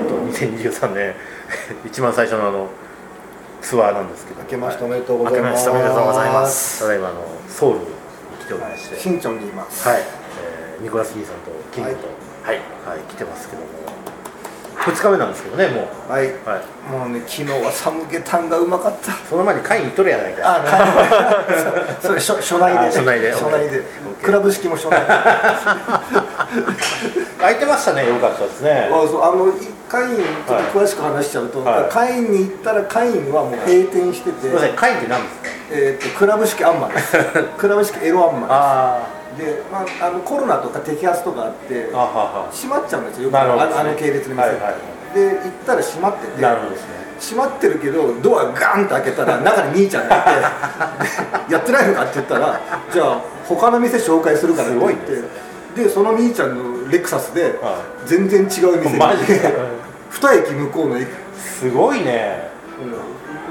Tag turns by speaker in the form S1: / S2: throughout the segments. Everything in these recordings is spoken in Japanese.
S1: 1993年 一番最初のあのツアーなんですけど
S2: 明けましておめでとうござ
S1: 明け
S2: い
S1: ま
S2: ま
S1: し
S2: す
S1: ておめでとうございますただいまあのソウルに来ておりまして
S3: 新町にいます、
S1: はい、えーニコラス・ギーさんとキングとはい、はい来てますけども2日目なんですけどねもう
S3: はい
S1: はい
S3: もうね昨日は寒気タンがうまかった
S1: その前に会に行っとるやないか
S3: あなそうそれ初初内
S1: あ
S3: で
S1: 初内で
S3: 初内で
S1: OK
S3: クラブ式も初内であ
S1: 空いてましたねよかったですね
S3: そうあの一会員ちょっと詳しく話しちゃうと、
S1: はい
S3: 会員に行ったら会員はもう閉店してて、
S1: すいません会って何ですか
S3: えー、とクラブ式アン マンですクラブ式エロアンマン
S1: あ
S3: で、まあ、あのコロナとか摘発とかあって
S1: あはは
S3: 閉まっちゃうんですよよく
S1: な
S3: あ
S1: るほどですね
S3: のあの系列の店、
S1: はいはい
S3: で行ったら閉まってて
S1: なるほどですね
S3: 閉まってるけどドアガンって開けたら中に兄ちゃんがいてでやってないのかって言ったらじゃあ他の店紹介するからって言っ
S1: す
S3: て
S1: ごいね
S3: でその兄ちゃんのレクサスで
S1: は
S3: 全然違う店に
S1: マジで
S3: 二駅向こうの駅
S1: すごいね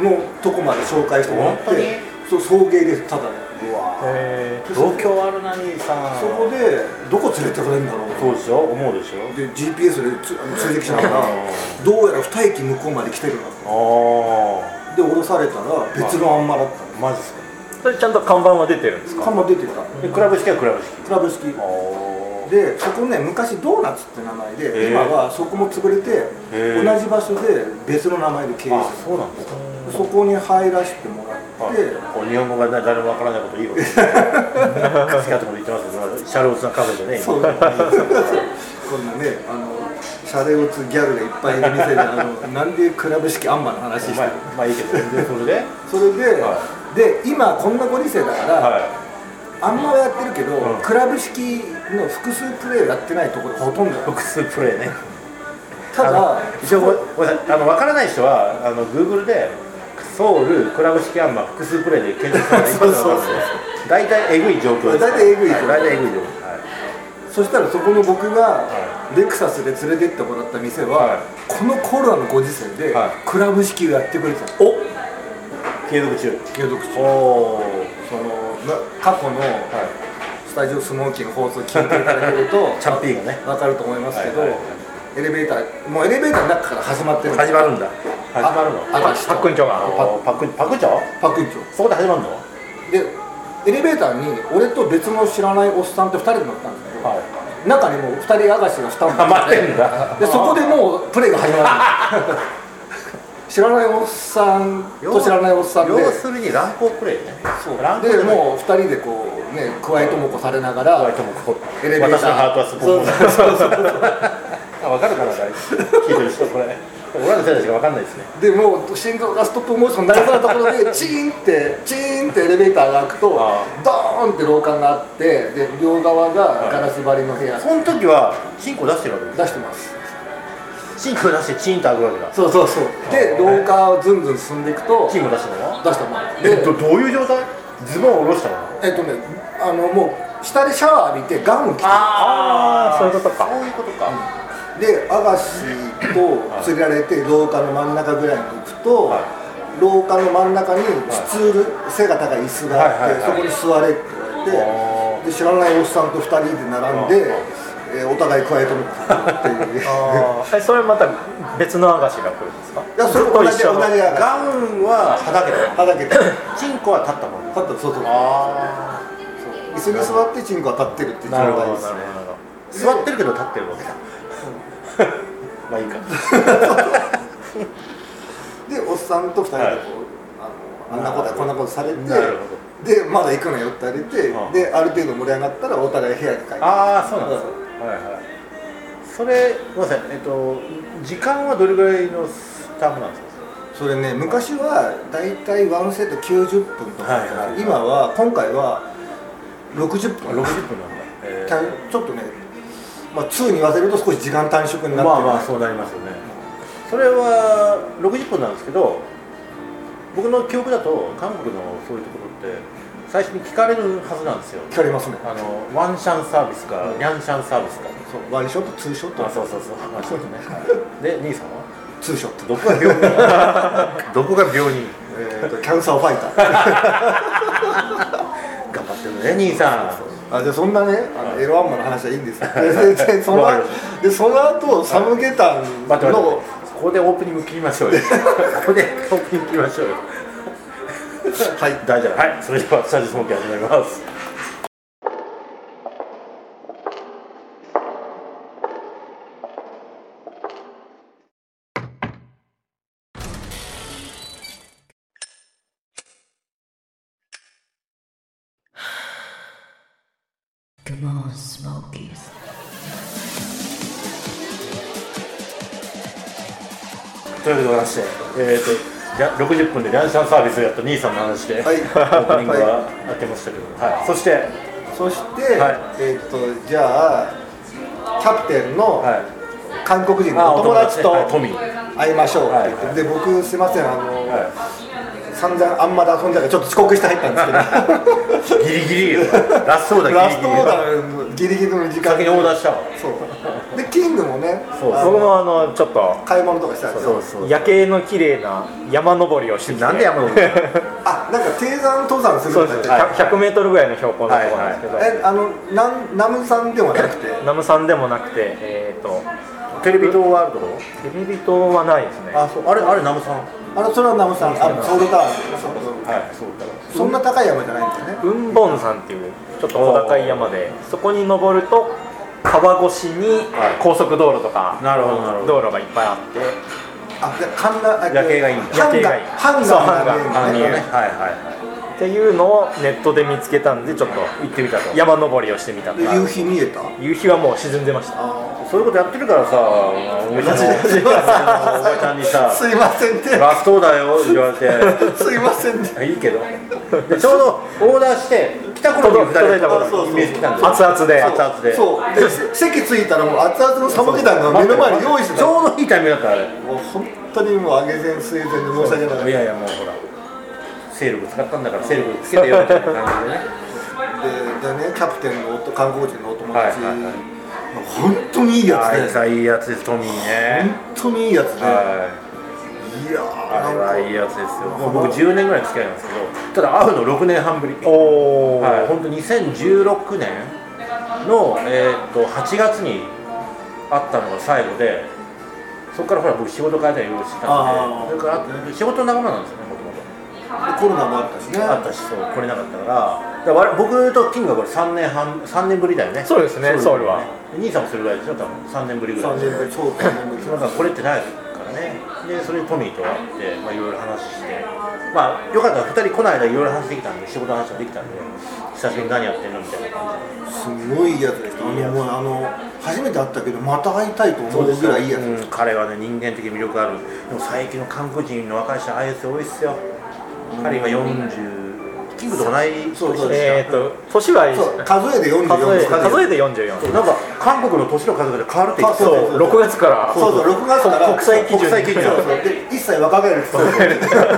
S3: のとこまで紹介してもらっ
S1: 本当に
S3: てそう送迎ですただで
S1: へえ東京あるな兄さん
S3: そこでどこ連れてくれるんだろう
S1: そうでしょ思うでしょ
S3: で GPS でつあの追跡しながらどうやら二駅向こうまで来てるな
S1: あ
S3: で降ろされたら別のあんまだった
S1: あマジですかそれちゃんと看板は出てるんです
S3: 看板出てた
S1: でクラブ式はクラブ式
S3: クラブ式
S1: ああ
S3: でそこね昔ドーナツって名前で、
S1: へえ
S3: 今はそこも潰れて、
S1: へえ
S3: 同じ場所で別の名前で経営
S1: あ
S3: して
S1: そうなんですか
S3: るそこに入らせてもらって、
S1: はい、お日本語が誰もわからないこといいことですね好きなところで言ってますけどシャレオツなカフェでね
S3: そうだねこんなねあのシャレオツギャルがいっぱいいる店であのなんでクラブ式あんまの話して
S1: 今
S3: る
S1: まあまあいいけど全然それで、はい、
S3: それで、
S1: は
S3: で今こんなご時世だから、あんまはやってるけど、
S1: うん
S3: クラブ式の複数プレイをやってないところほとんどだ
S1: 複数プレイね
S3: ただ
S1: あの一応ごごめんなさいあのわからない人はあの Google でソウルクラブ式アンマー複数プレイで検索すると一発でわかるんですよ大体えぐい状況です
S3: 大体えぐい状況
S1: はい大体えぐい状況はい
S3: そしたらそこの僕が
S1: は
S3: レクサスで連れてってもらった店
S1: はい
S3: は、このコロナのご時世で
S1: はい
S3: クラブ式をやってくれてたの
S1: お継続中
S3: 継続中
S1: おおー
S3: そのな過去の
S1: は
S3: スタジオスモーキーの放送を聞いていただけ ると
S1: チャンピーがね
S3: 分かると思いますけど、
S1: はいはいは
S3: エレベーターもうエレベーターの中から始まってる
S1: い始まるんだ始まるの
S3: あたしと
S4: パックンチョ
S1: あ
S4: が
S1: のパクパクチョ
S3: パクンチョ
S1: そこで始まるの
S3: でエレベーターに俺と別の知らないおっさんと2人で乗ったんですけど、
S1: はい
S3: 中にもう2人あがしが2人
S1: あ待ってんだ
S3: でそこでもうプレーが始ま る知らないおっさんと知らないおっさんで
S1: 要するに乱行プレイね
S3: そう
S1: 乱行
S3: で
S1: も
S3: もう2人でこうね加えともこされなが
S1: う
S3: ら
S1: 割ともこう
S3: エレベーター
S1: 私のハートはスポーツ
S3: そうそうそう
S1: あ分かるかな大体聞いてる人これ俺らの世代しか分かんないですね
S3: でもう心臓がストップモーションになりそうなところ でチーンってチーンってエレベーターが開くとド
S1: あ
S3: ーンって廊下があってで両側がガラス張りの部屋
S1: その時はチンコ出してるわけです
S3: 出してます
S1: チンコ出してチンと開くわけだ
S3: そうそうそうで廊下をずんずん進んでいくと
S1: チ
S3: 出
S1: ンコ出してるのは
S3: したもん
S1: え
S3: で
S1: どどういう状態ズボンを下ろしたの
S3: えっとねあのもう下でシャワー浴びてガウン着て
S1: あ
S4: ーそういうことか
S1: そういうことか、
S3: でアガシと連れられて廊下の真ん中ぐらいに行くと、
S1: は
S3: 廊下の真ん中にスツール、背が高い椅子があって、
S1: はいはいはい
S3: そこに座れって言われてで知らないおっさんと2人で並んで、えーお互い加えてもらって いうい
S4: えそれまた別のアガシが来るんですか
S3: やそれ
S4: ずっ
S3: 同
S4: と
S3: じ
S4: 一
S3: 同じ
S4: 緒の
S3: やが
S1: ガウンははだけだ
S3: はだけて
S1: チンコは立ったもん
S3: 立ったそうそう
S1: あ
S3: 椅子に座ってチンコが立ってるっていう状態ですね
S1: 座ってるけど立ってるわけだまあいいか
S3: でおっさんと2人でこう、
S1: はい
S3: あのあんなことやこんなことされて
S1: なる
S3: でまだ行くのよって言われて、
S1: うん
S3: である程度盛り上がったらお互い部屋に帰って
S1: ああそうなんですよはいはいそれごめんなさいえっと時間はどれぐらいのスタッフなんですか
S3: それね昔はだいたいワンセット90分とかだ
S1: は
S3: った
S1: い
S3: け
S1: はい
S3: ど今は今回は60分
S1: 60分なんだ、え
S3: たちょっとねまあ2に言わせると少し時間短縮になって
S1: ま
S3: る
S1: あまあそうなりますよねそれは60分なんですけど僕の記憶だと韓国のそういうところって最初に聞かれるはずなんですよ
S3: 聞かれますね
S1: あのワンシャンサービスか、
S3: うん
S1: ニャンシャンサービスか
S3: そうワンショットツーショット
S1: あそうそうそうまあそうですねで兄さんは
S3: ツーショット、
S1: どこが病人 どこが病人
S3: えーとキャンサーファイター
S1: 頑張ってるね兄さん
S3: あじゃあそんなねあのエ ロアンマの話はいいんですよでででその
S1: わかりま
S3: でその後サムゲタン
S1: 待って待っ
S3: の
S1: てここでオープニング切りましょうよ ここでオープニング切りましょうよはい大丈夫はいそれではスタジオスモーキー始まりますというわけでございましてえー、とじゃ60分でランシャンサービスをやった兄さんの話で、
S3: はい
S1: オープニングはやってましたけど、はい、そして
S3: そして、
S1: は
S3: えーっとじゃあキャプテンの
S1: はい
S3: 韓国人
S1: あ
S3: のお友達と
S1: お友達ねはいト
S3: 会いましょうって言って、
S1: はいはい
S3: で僕すいませんあの、
S1: は
S3: 散々あんまで遊んだからちょっと遅刻して入ったん ですけど
S1: ギリギリよ ラストオーダーギリギリ
S3: ラストオーダーのギリギリの時間
S1: 先にオーダーしたわ
S3: そうでキングもね
S1: そう
S3: あの
S4: 僕もあのちょっと
S3: 買い物とかしたんですよ
S1: そうそう
S4: 夜景の綺麗な山登りをしてきて
S1: なんで山登り
S3: あなんか低山登山する
S4: そう
S3: とか
S4: で
S3: 言っ
S4: す
S3: て、
S1: はい
S4: 100 100メートルぐらいの標高のところなんですけど、
S3: えあのなんナムさんではなくて
S4: ナムさんでもなくてえっ、と
S1: テレビ塔ワールド
S4: テレビ塔はないですね
S1: あそうあれあれナムさん
S3: あのそれはナムさんあのソウルタワーそうそう
S1: はいそうだ
S3: そんな高い山じゃないんですよね
S4: 雲凡山っていうちょっと小高い山でそこに登ると川越しに
S1: はい
S4: 高速道路とか、
S1: なるほどなるほど
S4: 道路がいっぱいあって
S3: あで観覧あ
S1: 夜景がいいんだ
S3: ハン
S4: 夜景
S3: ガ
S4: がいい
S3: ーハン
S4: そう
S3: ガ
S4: ハンガー
S3: ー
S1: あ
S3: が
S1: の
S3: 見
S1: ね
S3: え
S1: は
S3: るん
S1: い
S3: だ
S1: は
S3: ね
S1: いはい
S4: っていうのをネットで見つけたんでちょっと
S1: 行ってみたと
S4: 山登りをしてみたん
S3: で
S4: だ
S3: 夕日見えた
S4: 夕日はもう沈んでました
S3: あ
S1: そういうことやってるからさおばちゃん
S3: ー
S1: におばちゃんにさ
S3: すいませんって
S1: ラストオーダーよって言われて
S3: すいませんって
S1: いいけどで ちょうどオーダーして来た頃に二
S4: 届いた
S1: 人
S4: 頃
S3: に
S1: イメージ来たんです
S4: 熱々で
S1: 熱々で
S3: そうで席着いたらもう熱々のサムゲタンが目の前に用意して
S1: ち
S3: たも
S1: ょうどいいタイミングだったあれ
S3: う本当にもう揚げ膳水膳で申し訳ない
S1: いやいやもうほら勢力使ったんだから勢力つけてよみたいな感じでね
S3: ででねキャプテンのおと韓国人のお友達、
S1: はいはいはい
S3: 本当にいいや
S1: あい
S3: つ
S1: つ
S3: で、
S1: はいいやつですトミーね
S3: 本当にいいやつで、
S1: はい
S3: いや
S1: あれ
S3: ーな
S1: はいい
S3: んか
S1: やつですよもう僕10年ぐらい付き合いなんですけどただ会うの6年半ぶり
S4: おお、
S1: はい、本当2016年の、えー、と8月にあったのが最後でそこからほら僕仕事変えたりいろいろしてた
S3: あ
S1: ん
S3: ー
S1: でそれからあと仕事の仲間なんですよねもともと
S3: コロナもあったしね
S1: あったしそう来れなかったからだから我々僕とキングはこれ3年半3年ぶりだよね
S4: そうですねソウルは
S1: 兄さんもそれぐらいでしょ多分3年ぶりぐらい
S3: 3年ぶりそう3年ぶり
S1: なんかこれってないからねでそれでトミーと会って、まあ、いろいろ話してまあよかったら2人来ない間いろいろ話できたんで仕事の話ができたんで久しぶりに何やってんのみたいな感じ
S3: すごいいいやつでしたあのもうあの初めて会ったけどまた会いたいと思うぐらいいいやつ
S1: うん彼はね人間的魅力あるでも最近の韓国人の若い人ああいうやつ多いっすよ彼今40キングと同い
S3: そうそう
S4: えっ、と年は
S3: そう数えで44
S4: 数
S3: で
S4: え
S3: すから
S4: 数えて44
S1: そうなんか韓国の年の数が変わるって言ってた
S3: そ
S1: よ
S3: うそう
S4: 6月から
S3: そうそう6月から
S4: 国際基準
S3: 国際基準
S1: そうそう
S3: そうそうで一切若返るそうそう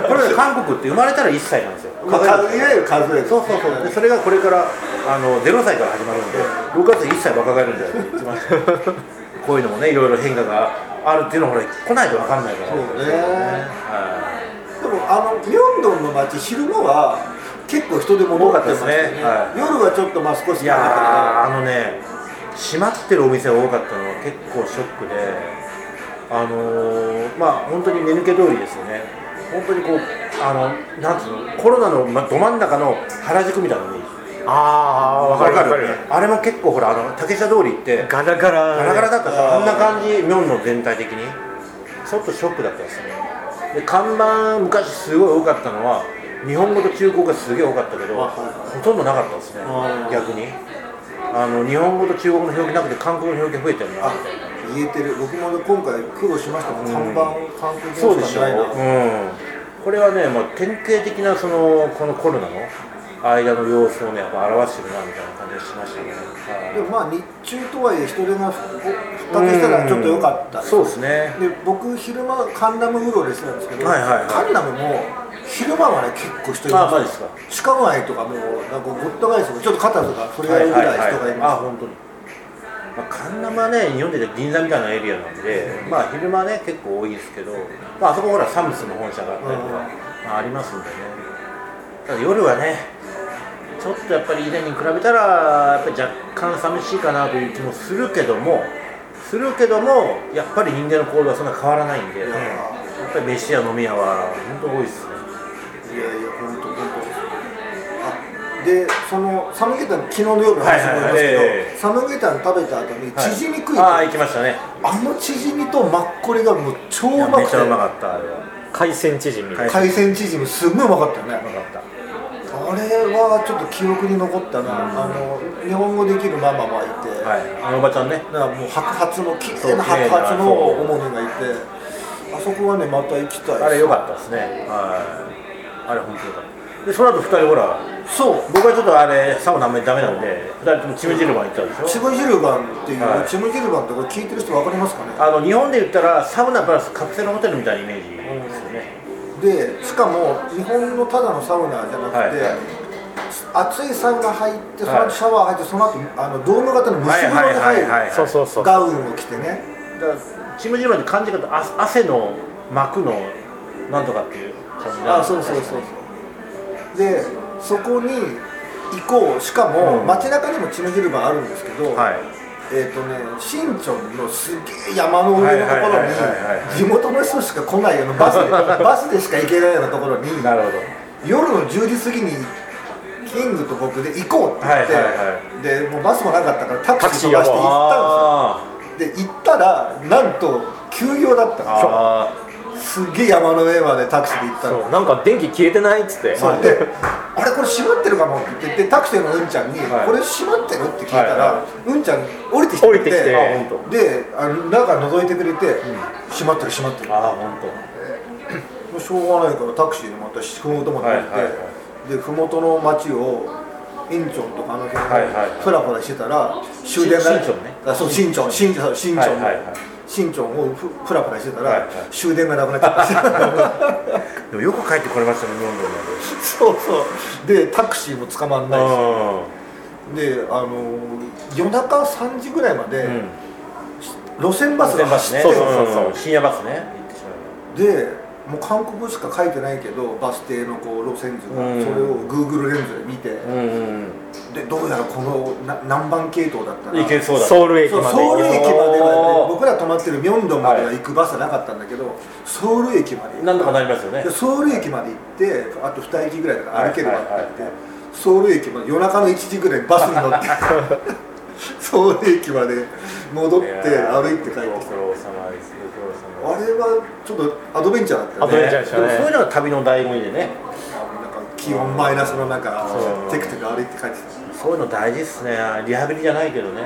S1: これね韓国って生まれたら1歳なんですよ
S3: まあ数いわゆる数え
S1: そうそうそうでそれがこれからあの0歳から始まるんで6月1歳若返 るんだよって言ってましたこういうのもねいろいろ変化があるっていうのはほら来ないと分かんないから
S3: そうね
S1: は
S3: でもあのミョンドンの街昼間は結構人でも多かったですね
S1: 多かったですねは
S3: 夜はちょっとまあ少
S1: い
S3: し少
S1: い
S3: な
S1: や
S3: かっ
S1: ーあのね閉まってるお店が多かったのは結構ショックであのーまあ本当に目抜け通りですよね本当にこうあのなんつうのコロナのまど真ん中の原宿みたいなのに
S4: ああ分かる分かる
S1: あれも結構ほらあの竹下通りって
S4: ガラガラ
S1: ガラガラだったから
S3: あー
S1: あんな感じミョンの全体的にちょっとショックだったですねで看板昔すごい多かったのは日本語と中国語がすげえ多かったけど
S3: あは
S1: ほとんどなかったですね
S3: あー
S1: 逆にあの日本語と中国語の表記なくて韓国語の表記増えてる
S3: た
S1: な
S3: あ言えてる僕もね今回苦労しましたもん看板韓国語
S1: そうで
S3: し
S1: し
S3: か
S1: ょう
S3: ないなん
S1: これはね、まあ、典型的なそのこのコロナの間の様子をねやっぱ表してるなみたいな感じがしましたねはい
S3: でもまあ日中とはいえ人手が復活したらちょっと良かった
S1: うんそうですね
S3: で僕昼間カンナムウロでするんですけど、
S1: はいはいはい
S3: カンナムも昼間はね結構人い
S1: あマ
S3: ま
S1: ジ
S3: す
S1: ですか
S3: シカゴアイとかもうなんかゴッドガイスもちょっと肩とかそれぐらい人がい
S1: あ
S3: ま
S1: 本当に、まあ、カンナムはね日本で言うと銀座みたいなエリアなんで、まあ昼間ね結構多いですけど、まああそこほらサムスンの本社があったりとか、まあ、ありますんでねただ夜はねちょっとやっぱり以前に比べたらやっぱり若干寂しいかなという気もするけどもするけどもやっぱり人間の行動はそんな変わらないんで、
S3: いや
S1: やっぱり飯や飲み屋は本当多いですね
S3: いやいや、本当、本当。あ、で、そのサムゲタン、昨日の夜の話になりますけど、
S1: はいはいはいえ
S3: サムゲタン食べた後に、
S1: はい
S3: チヂミ食い、
S1: ああ行きましたね
S3: あのチヂミとマッコリがもう超
S1: いうや
S3: ま
S1: め
S3: く
S1: ち
S3: て
S1: ゃうまかったあれは
S4: 海鮮チヂミ
S1: 海
S3: 海鮮チヂミすごいうまかった
S1: う
S3: よ
S1: ま
S3: ね
S1: かった
S3: あれはちょっと記憶に残ったな、あの日本語できるママもいて、
S1: はいあのおばちゃんね
S3: だからもう白髪の綺
S1: そう
S3: 麗な白髪の
S1: そう
S3: 主にがいてあそこはねまた行きたい
S1: あれ良かったですねはいあれ本当良かったでその後二人ほら
S3: そう
S1: 僕はちょっとあれサウナあんまりダメなんで二人ともちむ汁まで行ったでし
S3: チ
S1: ょ
S3: ムジルバンっていう、
S1: はい
S3: チムジルバンってこれ聞いてる人分かりますかね
S1: あの日本で言ったらサウナプラスカプセルホテルみたいなイメージですよね、
S3: でしかも日本のただのサウナじゃなくて、
S1: はい
S3: 熱いサウナ入ってその
S1: は
S3: 後
S1: い
S3: シャワー入ってその後あのドーム型の蒸し風呂に入る、
S1: はいはいはいはい
S4: そうそうそう
S3: ガウンを着てね
S1: だからちむ汁まで感じ方あ汗の膜のなんとかっていう感じなんで
S3: あ
S1: す
S3: そうそうそうそうでそこに行こうしかも、
S1: うん
S3: 街中にもチムジルバンあるんですけど、
S1: はい
S3: えーとね、新町のすげえ山の上のところ
S1: はいはいはいはい
S3: に地元の人しか来ないようなバスでバスでしか行けないようなところに
S1: なるほど
S3: 夜の10時過ぎにキングと僕で行こうって言って、
S1: はいは
S3: でもうバスもなかったからタクシー飛
S4: タ
S3: ばし
S4: クシー
S3: て
S4: を
S3: 行っ
S1: あ
S3: たんですよで行ったらなんと休業だった
S1: ーあー
S3: んですすげえ山の上までタクシーで行ったの
S4: そうなんか電気消えてないっつって
S3: そうで「あれこれ閉まってるかも」って言ってでタクシーのうんちゃんに「
S1: はい
S3: これ閉まってる?」って聞いたら、
S1: はいは
S3: うんちゃん降りてきて
S4: 降りてきて
S3: あ本当であの中覗いてくれて「閉まってる閉まってる」
S1: あー本当
S3: もうしょうがないからタクシーでまたふもとまで行って、
S1: はいはいは
S3: でふもとの町をインチョンとかあの辺
S1: はいはい
S3: ふらふらしてたら終電が
S1: 新新町ね
S3: あそう新町新町新町
S1: はいはいはい
S3: 新町をふふらふらしてたら、
S1: はいはい
S3: 終電がなくなっちゃった
S1: でもよく帰ってこれましたねロンドンまで
S3: そうそうでタクシーも捕まんないし
S1: う
S3: であの夜中3時ぐらいまで、
S1: んうん
S3: 路線バスが走って
S1: そ
S4: そうう
S1: そ
S4: そうう
S1: そ
S4: そう
S1: そ
S4: うそうう、
S1: 深夜バスね
S3: でもう韓国しか書いてないけどバス停のこう路線図が、
S1: うん
S3: それを Google レンズで見て、
S1: んうん
S3: でどうやらこのな南蛮系統だったら
S1: 行けそうだ
S4: ソウル駅
S3: そう
S4: まで
S3: ソウル駅まではね
S1: おー
S3: 僕ら泊まってるミョンドンまでは行くバスはなかったんだけど、ソウル駅まで行った
S1: なんとかなりますよね
S3: でソウル駅まで行ってあと2駅ぐらいだから歩けるわって言って、
S1: はいはいはいはい
S3: ソウル駅まで夜中の1時ぐらいにバスに乗って ソウル駅まで戻って歩いて帰ってきた
S1: ご苦労様ですご苦労
S3: あ
S1: 様
S3: れはちょっとアドベンチャーだったよ
S4: アドベ
S3: ね
S4: ンチャーでしたね
S1: もそういうのが旅の醍醐味でね
S3: なんか気温マイナスの中
S1: そう
S3: テクテク歩いて帰ってきた
S1: そういうの大事っすねリハビリじゃないけどね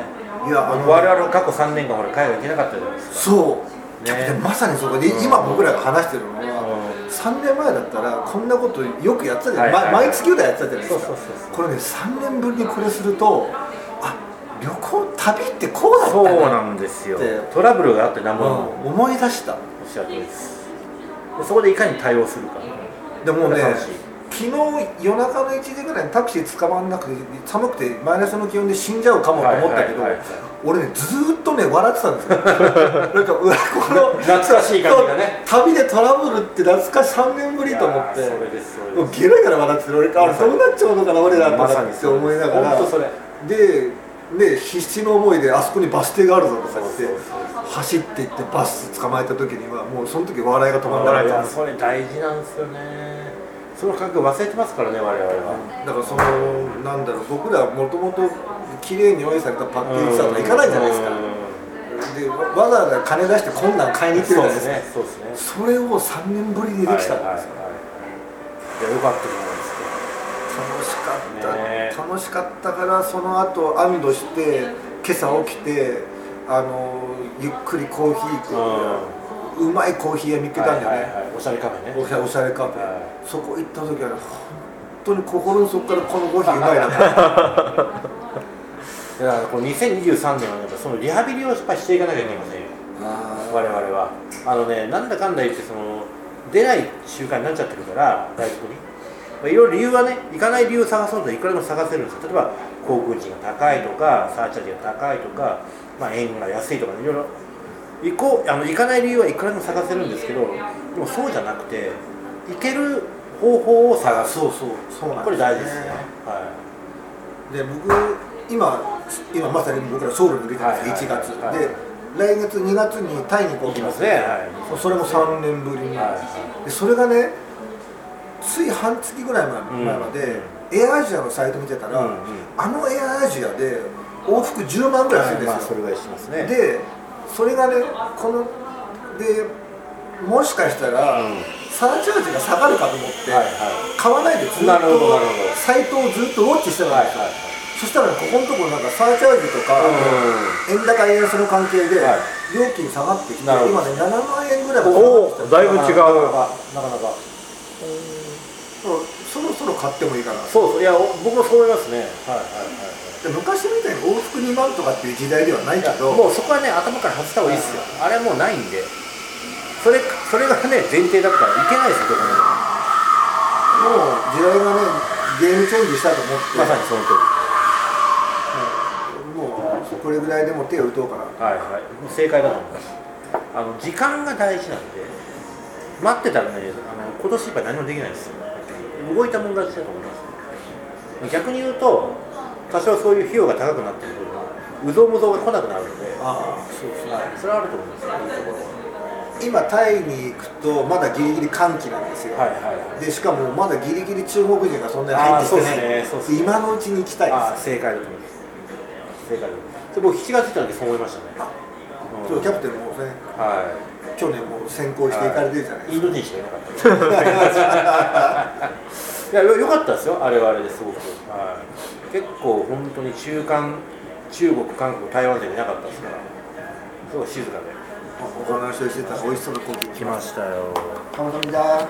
S3: いやあの
S1: 我々は過去3年間ほら海外行けなかったじゃないですか
S3: そう、
S1: ね
S3: でまさにそこで今僕らが話してるのは、
S1: う
S3: 3年前だったらこんなことよくやってたじゃ
S1: は
S3: ないい、
S1: はいはい
S3: ま毎月ぐらいやってたじゃないですか
S1: そうそうそう
S3: これね3年ぶりにこれするとあ旅行旅ってこうだった
S1: そ
S3: んだ
S1: うなんですよ
S3: で
S1: トラブルがあってなんぼの
S3: うん思い出した
S1: おっしゃる通りですでそこでいかに対応するか
S3: でもうね
S1: 楽しい
S3: 昨日夜中の1時ぐらいにタクシー捕まんなくて寒くてマイナスの気温で死んじゃうかもと思ったけど、
S1: はいはいはいはい
S3: 俺ねずーっとね笑ってたんですよ なんかうわこの
S1: 懐かしい感じがね
S3: 旅でトラブルって懐かしい3年ぶりと思っ
S1: い
S3: て
S1: やーそれですそれです
S3: もうゲラゲラ笑ってて俺あれどうなっちゃうのかな俺らと
S1: まさ
S3: か
S1: に
S3: って
S1: そう
S3: 思いながら
S1: 本当それ
S3: でで必死の思いであそこにバス停があるぞとか言って
S1: そうそう
S3: 走っていってバス捕まえた時にはもうその時笑いが止まんなか
S1: い
S3: ったん
S1: や
S3: です
S1: それ大事なんですよねその感覚忘れてますからね我々は
S3: だからそのなんだろう僕らもともと綺麗に用意されたパッケージさんと行かないじゃないですかでわわざわざ金出してこんなん買いに行ってる
S1: そ
S3: じ
S1: う
S3: ゃ
S1: で
S3: ないですす
S1: ねそ
S3: か
S1: うですね
S3: それを3年ぶりにできたんですよ
S1: はいはいはいいやよかったじゃないですか
S3: 楽しかった、
S1: ね
S3: 楽しかったからその後安堵して今朝起きてあのゆっくりコーヒーっていう,、うまいコーヒー屋見つけたんだよね、
S1: はいはいはいおしゃれカフェね
S3: おしゃおしゃれカフェ、
S1: は
S3: そこ行った時はね本当に心の底からこのコーヒーうまい な
S1: いやこの2023年はねやっぱそのリハビリをやっぱしていかなきゃいけませんよ
S3: あ
S1: 我々はあのねなんだかんだ言ってその出ない習慣になっちゃってるから外国にまあいろいろ理由はね行かない理由を探そうといくらでも探せるんですよ例えば航空賃が高いとかサーチャージが高いとか、まあ、円が安いとかねいろいろ行こうあの行かない理由はいくらでも探せるんですけどでもそうじゃなくて行ける方法を探
S3: ー
S1: す
S3: そうそうそうなん
S1: これ大事ですね、は
S3: で僕今今まさに僕らソウルに出てるんです、
S1: はいはいはい
S3: 1月、
S1: はい
S3: で来月2月にタイに
S1: 行
S3: 行こう
S1: きま
S3: と思っ
S1: す
S3: て
S1: ねはい
S3: それも3年ぶりに、
S1: は
S3: でそれがねつい半月ぐらい前
S1: ん
S3: 前まで、エアアジアのサイト見てたら、
S1: うんうん
S3: あのエアアジアで往復10万ぐらいするん
S1: い
S3: ですよ、
S1: まあそれぐらいしますね
S3: でそれがねこのでもしかしたら、
S1: うん
S3: サーチャージが下がるかと思って、
S1: はいは
S3: 買わないでずっと
S1: なるほどなるほど
S3: サイトをずっとウォッチしてたん
S1: はい
S3: ですよ、
S1: はい
S3: そしたらねここのところなんかサーチャージとか、
S1: う
S3: 円高円安の関係で
S1: はい
S3: 料金下がってきて、
S1: なるほど
S3: 今ね7万円ぐらいまで下がって
S4: お
S3: きた
S4: おだいぶ違う
S1: なかなかなかなか
S3: そうそろそろ買ってもいいかなで
S1: そうそういやお僕もそう思いますねはいはい
S3: 昔みたいに往復2万とかっていう時代ではないけ
S1: はい
S3: ど
S1: もうそこはね頭から外した方がいいですよあれもうないんでそれそれがね前提だったらいけないですよどこにも
S3: もう時代がねゲームチェンジしたと思って、
S1: まさにその通り
S3: もうこれぐらいでも手を打とうかな
S1: はいはいもう正解だと思いますあの時間が大事なんで待ってたらねあの今年いっぱい何もできないですよ動いたもん勝ちだと思います逆に言うと多少そういう費用が高くなってる分うぞうむぞうが来なくなるので、は
S3: ああそうそう
S1: い、それはあると思いますよいいところ
S3: 今タイに行くとまだギリギリ寒気なんですよ、
S1: ははいはいはい
S3: でしかもまだギリギリ中国人がそんなに入ってきて
S1: あ
S3: ない
S1: ーそうですねそうですね
S3: 今のうちに行きたいです
S1: ああ正解だと思います正解だと思いますで僕7月行った時そう思いましたね
S3: ちょっとキャプテンもね
S1: は
S3: 去年も先行して行かれてるじゃな
S1: い
S3: いで
S1: インド
S3: す
S1: 人しかいなか ったいやよよかったですよあれはあれですごく、はい、結構本当に中間中国韓国台湾でいなかったですからすごい静かで
S3: か、他の人してたら美味しそうなコーヒー
S1: 来ましたよ
S3: たまたまだ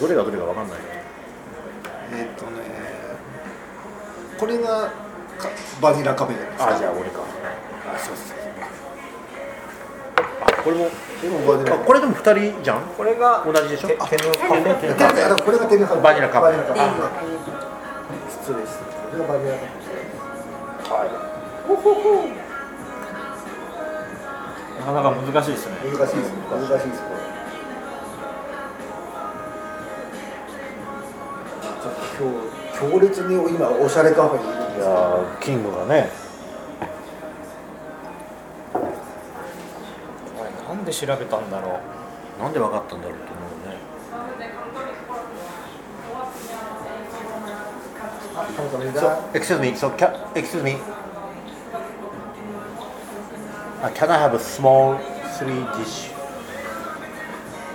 S4: どれがどれかわかんない
S3: えっとねこれがかバニラカフェじゃないですか
S1: あじゃあ俺かあそうそうあこれも
S3: でもバニラ
S1: あこれでも2人じゃん
S4: これが
S1: 同じでしょ
S4: て天然天然
S3: 天然あこれが天然カフェ
S1: バニラカフェ
S3: バニラカフ
S2: あ
S3: ェ失礼してこれがバニラカフ
S1: は
S2: ほほほ
S4: なかなか難しいですね
S3: ェ難しいです難しいですこれちょっと今日強烈に今おしゃれカフェにいるん
S4: い
S3: で
S4: や
S3: すよ
S4: ーキングがねこれなんで調べたんだろ
S1: いなんで分かったんだろうと思うね
S3: あたまたまだ
S1: Excuse me, so can, excuse me. Uh, can I have a small three dish?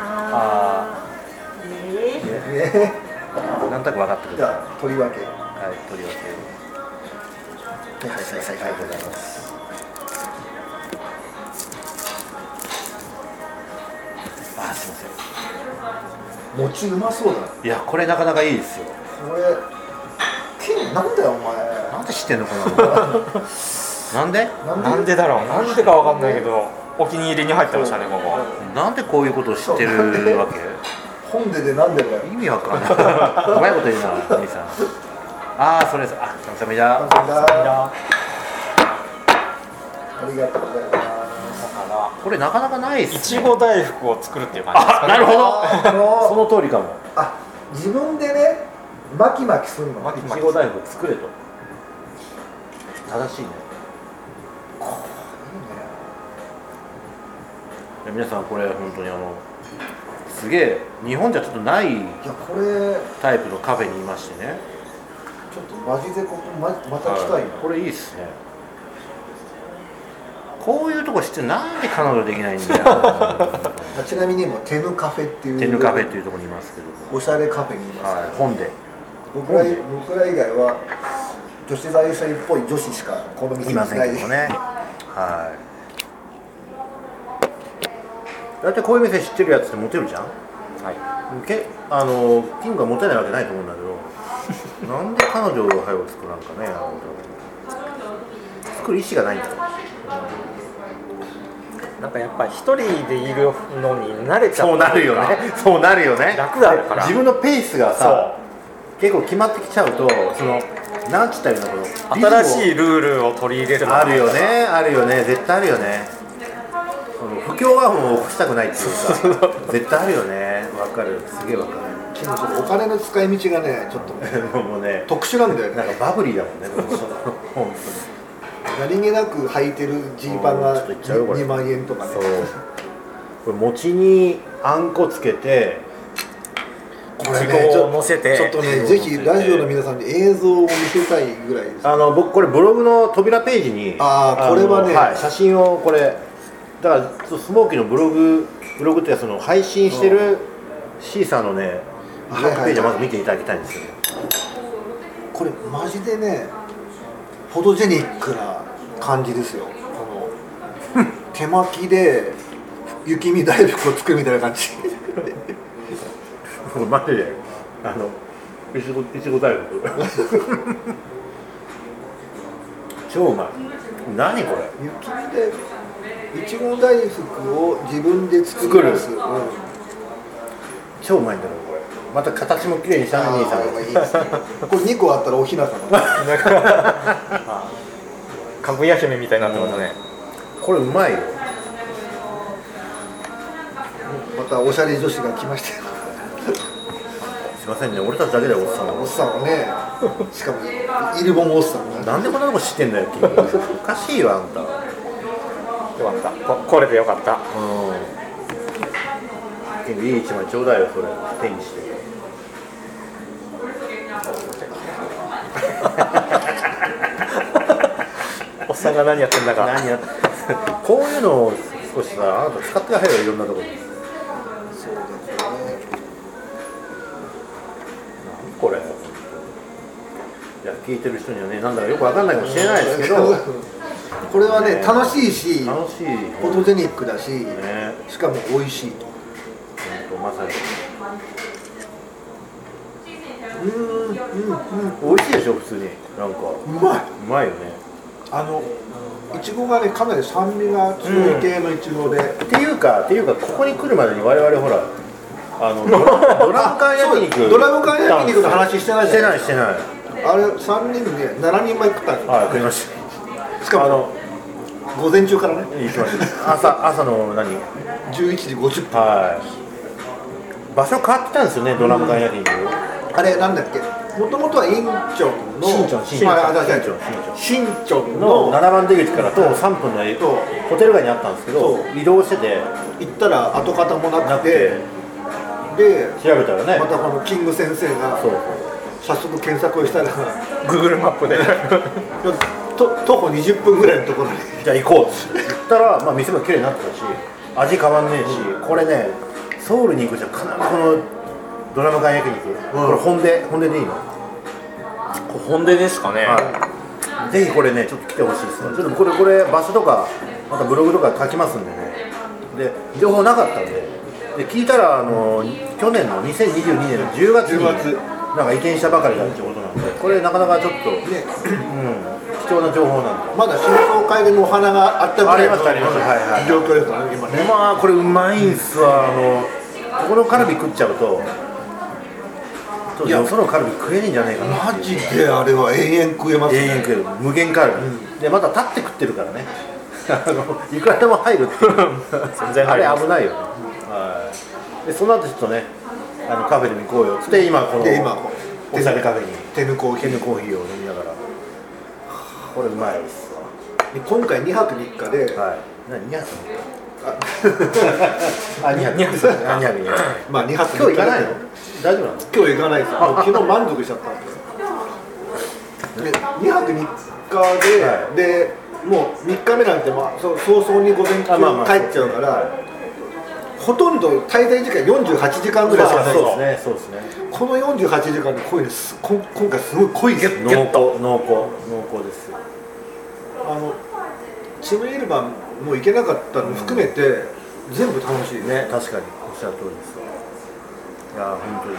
S2: あーねえ
S3: ね
S1: なんとなく分かってく
S3: じ
S1: だ
S3: ゃあ取り分け
S1: さい。はい、取り分け。はい、すいません、ありがとうございます。あ、すいま
S3: 餅うまそうだな
S1: せん。いや、これなかなかいいですよ。
S3: これ金なんだよお前
S1: なんで知ってんのかな。なんで？
S4: う
S3: な
S4: なんん
S3: で
S4: でだろうなんでかわかんないけどお気に入りに入ってましたねここ
S1: なんでこういうことを知ってるわけ？
S3: 本ででなんでだよ
S1: 意味わかんない。うまいこと言うな、兄さん。ああ、それです。あ、神様だ。
S3: あだ
S4: だ
S3: ありがとうございます
S4: から
S1: これなかなかないっ
S4: い
S1: す
S4: ち
S1: ね。
S4: ご大福を作るっていう感じですかね
S1: なるほど
S3: あの
S1: その通りかも。
S3: あ自分でね巻き巻きするの
S4: 巻き
S1: いちご大福作れと。正しいね。いや皆さんこれ本当にあのすげえ日本じゃちょっとない
S3: いやこれ
S1: タイプのカフェにいましてね。
S3: ちょっとマジでここままた来たい
S1: は
S3: な、
S1: これいいっすね。こういうとこ知ってなんで彼女できないんだよ。
S3: ちなみにもテヌカフェ っていう
S1: テヌカフェというところにいますけども。
S3: おしゃれカフェにいます、
S1: はい、本で。
S3: 僕ら僕ら以外は女子大生っぽい女子しかこの店
S1: い
S3: にいな
S1: ま
S3: い
S1: せんけどね。はい。だってこういう店知ってるやつってモテるじゃん。はい。けあのキングはモテないわけないと思うんだけど、なんで彼女を早く作らんかね。あの作る意思がないんだよ。
S4: なんかやっぱ一人でいるのに慣れちゃ
S1: そうなるよね。 そうなるよね。
S4: 楽だから
S1: 自分のペースがさ、結構決まってきちゃうと、そのなんつったらいいのこの
S4: 新
S1: リズムを
S4: しいルールを取り入れるの
S1: あるよね、あるよね、絶対あるよね。その不協和音を起こしたくないっていうか、絶対あるよね。わかる、すげえわか
S3: ちょっとお金の使い道がねちょっと
S1: る。もうね、
S3: 特殊なんだよ
S1: なん
S3: ね
S1: かバブリーだもんね、本当に。
S3: 何気なく履いてるジーパン
S1: うんちょ
S3: が
S1: っといっちゃうよこれ
S3: 2万円とかね
S1: そうこれ餅にあんこつけて
S3: これ
S4: い
S3: ね
S4: ち
S3: ち
S4: ごを
S3: ょ
S4: 乗せて
S3: ちょっとねぜひラジオの皆さんに映像を見せたいぐらいです
S1: あの僕これブログの扉ページに
S3: あーこれはね
S1: のい写真をこれだからちょっとスモーキーのブログブログっていうかその配信してるシーサーのね
S3: はい
S1: ブ
S3: は
S1: ロ
S3: い
S1: グページをまず見ていただきたいんですよね
S3: これマジでねフォトジェニックな感じですよこの手巻きで雪見大福を作るみたいな感じ
S1: これマジであのいちごいちご大福 超うまい何これ
S3: 雪見大福いちご大福を自分で作ります
S1: 作
S3: うん、
S1: 超うまいんだけどこれまた形も綺麗にした
S3: あ
S1: ね兄さん
S3: ーいいですねこれ2個あったらおひなさま
S4: かぐや姫みたいになってますね、
S1: これうまいよ
S3: またおしゃれ女子が来ましたよ
S1: すいませんね俺たちだけだよおっさんは
S3: おっさんは ねしかもイルボンおっさんが
S1: なんでこんなとこ知ってんだよ君おかしいよあんた
S4: よかったここれでよかった
S1: うんいい一枚ちょうだいよそれ手にして
S4: おっさんが何やってんだか
S1: 何やっこういうのを少しさあなた使ってはいよいろんなところに
S3: そうだね
S1: これいや聞いてる人にはねなんだかよくわかんないかもしれないですけど
S3: これはね
S1: ね
S3: 楽しいしフ
S1: 楽しい
S3: ォトジェニックだし、
S1: ね
S3: しかも美味しいと
S1: ほんとまさに
S3: うんうんうん
S1: 美味しいでしょ普通になんか
S3: う
S1: う
S3: まい
S1: まいよね
S3: あのいちごがねかなり酸味が強い系のいちごで、
S1: っていうかっていうかここに来るまでに我々ほらあのドラ ドラム缶焼
S3: そう
S1: 肉
S3: ドラム缶焼肉の話してない
S1: し
S3: じ
S1: て
S3: ゃ
S1: な
S3: ない
S1: いしてない
S3: あれ3人で7人前食ったんですよ
S1: はい食いました
S3: しか
S1: あ
S3: も
S1: の
S3: 午前中からね
S1: 行きました朝朝の何
S3: 11時50分
S1: はい場所変わってたんですよねドラム缶焼肉
S3: あれなんだっけもともとはインチョンの
S1: 新町新町
S3: まああ違う違う新チョンの
S1: の7番出口から徒歩3分のえ
S3: そう
S1: ホテル街にあったんですけど
S3: そ
S1: 移動してて
S3: 行ったら跡形もな
S1: な
S3: く
S1: く
S3: て
S1: て
S3: で
S1: 調べたらね
S3: またこのキング先生が
S1: そうそう
S3: 早速検索をしたら
S4: Google マップで
S3: と徒歩20分ぐらいのところに
S1: じゃあ行こうっつって行ったら、まあ、店も綺麗になってたし味変わんねえし、これねソウルに行くじゃん必ずこのドラム缶焼肉、これ本で本ででいいの、
S4: 本音ですかね、
S1: はい、ぜひこれねちょっと来てほしいですわちょっとこれこれ場所とかまたブログとか書きますんでねで情報なかったんでで聞いたらあの去年の2022年の10月に
S3: 10月
S1: なんか移転したばかりだってことなんでこれなかなかちょっと、うん、
S3: ね
S1: 貴重な情報なんで
S3: まだ新装会でのお花があったぐらいの
S1: ありましたありましたはいはい
S3: 状況ですからね今ね
S1: まあこれうまいんすわあのここのカルビ食っちゃうとちょっと
S3: いや
S1: よそのカルビ食えねえんじゃねえかな
S3: マジであれは永遠食えます
S1: 永
S3: ね
S1: 遠食える無限カルビ、でまた立って食ってるからねあのいくらでも入るっていう
S4: 全然入り
S1: あ
S4: ま
S1: れ
S4: す
S1: 危ないよね、はいでその後ちょっとねあのカフェでも行こうよっつって今この
S3: で今こう
S1: おしゃれカフェに
S3: 手ぬコーヒ
S1: ケ
S3: ー
S1: ヌコーヒーを飲みながらこれうまいっす
S3: で今回2泊3日で、
S1: わはい何2泊
S3: あ
S1: あ2泊
S4: 二泊
S1: あ二泊
S3: まあ2泊
S1: 今日
S3: 3
S1: 行
S3: 日
S1: かないの大丈夫なの
S3: 今日行かないですよもう昨日満足しちゃったんですよで2泊3日で、
S1: は
S3: でもう3日目なんて、まあ、そう早々に午前中
S1: あまあまあ
S3: 帰っちゃうから、ほとんど滞在時間48時間ぐらいしかないんです
S1: そ
S3: よ
S1: うですねそうですね
S3: この48時間で濃いですこん今回すごい濃いです
S1: 濃厚濃厚濃厚です
S3: あのチームイルバンも行けなかったのも含めて、全部楽しい
S1: ね確かにおっしゃる通りですいや本当に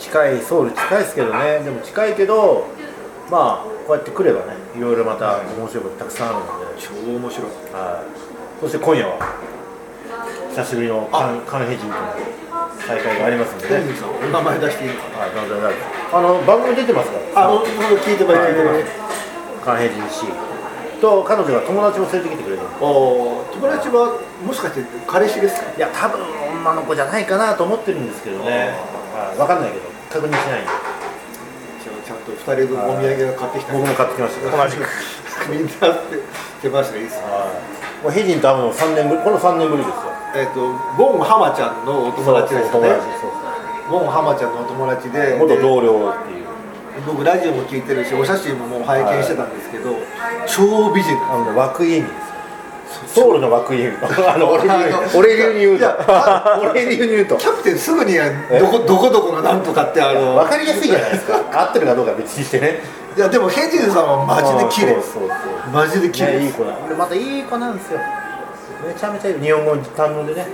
S1: 近いソウル近いですけどねでも近いけどまあこうやって来ればねいろいろまた面白いことたくさんあるので、
S3: 超面白い
S1: はい、そして今夜は久しぶりのカンカンヘジンとの再会がありますので
S3: 天
S1: ね、
S3: 海さんお名前出していいのか
S1: はい、どうぞどうぞあの番組出てますから
S3: あ、ほんと聞いてます聞いてます
S1: カンヘジン C と彼女が友達も連れてきてくれる
S3: おー友達はもしかして彼氏ですか
S1: いや多分女の子じゃないかなと思ってるんですけどね、はい、分かんないけど確認しないんで
S3: ちゃんと2人分お土産を買ってきた
S1: 僕も買ってきました
S4: 同じく
S3: みんな手放しがいいですね
S1: はいもうヘジンと会うの3年ぶりこの3年ぶりですよ
S3: えっ、とボンハマちゃんのお友達です
S1: そう
S3: よ
S1: そう友達
S3: ね
S1: そう
S3: ボンハマちゃんのお友達で
S1: そう元
S3: で
S1: 同僚っていう
S3: 僕ラジオも聞いてるしお写真ももう拝見してたんですけど、超美人なんです
S1: あの涌井絵美ですよソウルの涌井絵美 あの俺流
S3: あの
S1: に俺流に言う
S3: いや
S1: と俺流に言う と
S3: キャプテンすぐにどこどこどこのなんとかってあの
S1: 分かりやすいじゃないですか合ってるかどうかは別にしてね
S3: いやでもヘジンさんはマジで綺麗です
S1: そうそうそう
S3: マジで綺麗
S1: ね、い
S3: で
S1: い
S3: す、
S1: 子なんでまたいい子なんですよめちゃめちゃいい日本語堪能でね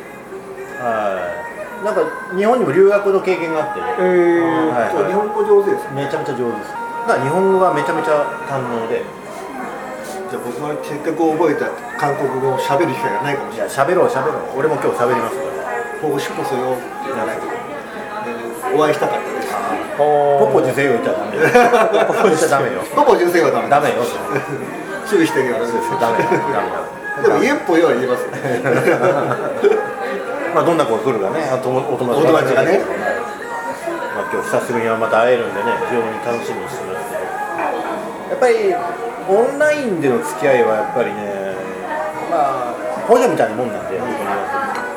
S1: はいなんか日本にも留学の経験があってね、
S3: えー
S1: はいはい
S3: 日本語上手ですね
S1: めちゃめちゃ上手ですだから日本語がめちゃめちゃ堪能で
S3: じゃあ僕はせっかく覚えた韓国語を喋る機会がないかもし
S1: い
S3: れ
S1: や
S3: ない
S1: 喋ろう喋ろう俺も今日喋りますから
S3: こうしこそよって言わないと、えーお会いしたかったです
S1: ポ
S4: ポ
S1: ポ受精を言っちゃダメよポポ言っちゃダメよ
S3: どこ純正はダ
S1: ダ
S3: メ
S1: メよ
S3: 注意してあげま
S1: そう
S3: す
S1: ですダメよ
S3: で
S1: ダ
S3: も
S1: メよ
S3: 家っぽいは言えます
S1: まあどんな子が来るかねあとお友達
S3: お友達がね
S1: まあ、今日久しぶりにまた会えるんでね非常に楽しみにしてますけどやっぱりオンラインでの付き合いはやっぱりねまあ補助みたいなもんなんで僕に言わせる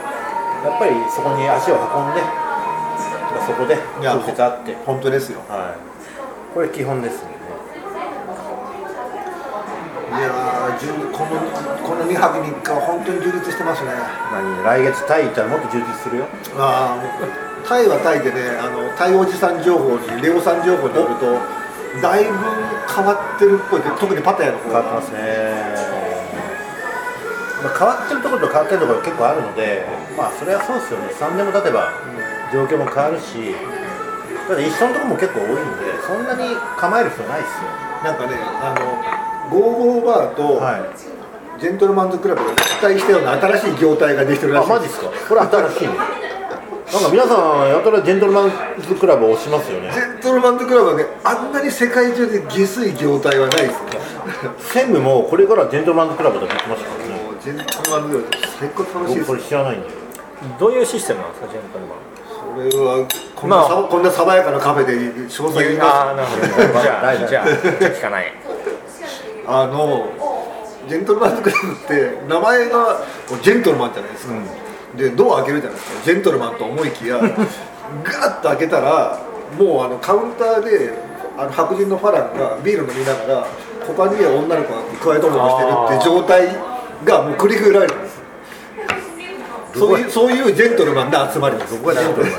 S1: とやっぱりそこに足を運んでそこで
S3: いや
S1: 直接会って
S3: 本当ですよ
S1: はいこれ基本ですよね
S3: いやーじゅうこのこの2泊3日は本当に充実してますね
S1: 何来月タイ行ったらもっと充実するよ
S3: ああタイはタイでねあのタイおじさん情報にレオさん情報によるとだいぶ変わってるっぽいで特にパタヤの方
S1: 変わってますね、まあ、変わってるところと変わってるところが結構あるのでまあそれはそうですよね3年も経てば状況も変わるし、ただ一緒のところも結構多いんでそんなに構える必要ないですよ
S3: なんかねあのゴーゴーバーと、
S1: はい
S3: ジェントルマンズクラブが合体したような新しい業態ができてるらし
S1: あ
S3: い
S1: マジっすかこれ新しいねなんか皆さんやたらジェントルマンズクラブを押しますよね
S3: ジェントルマンズクラブはねあんなに世界中で下水業態はないですね
S1: 専務もこれからジェントルマンズクラブだって言ってましたからね
S3: もうジェントルマンズクラブ最高楽しい
S1: 僕
S3: です
S1: こ
S3: ね
S1: れ知らないんで
S4: どういうシステムなんですかジェントルマン
S3: それはこんな,、
S4: まあ
S3: こんな爽やかなカフェで詳細言います
S4: ああなるほどじゃ
S1: 大丈
S4: あ
S1: 夫
S4: じゃあじゃあ聞かない
S3: あのジェントルマンズクラブって名前がもうジェントルマンじゃないですか、でドア開けるじゃないですかジェントルマンと思いきやガーッと開けたらもうあのカウンターであの白人のファランがビール飲みながら他には女の子が加えともしてるって状態がもう繰り返られてるんですそういうそういうジェントルマンな集まりです
S1: 僕がジェントルマ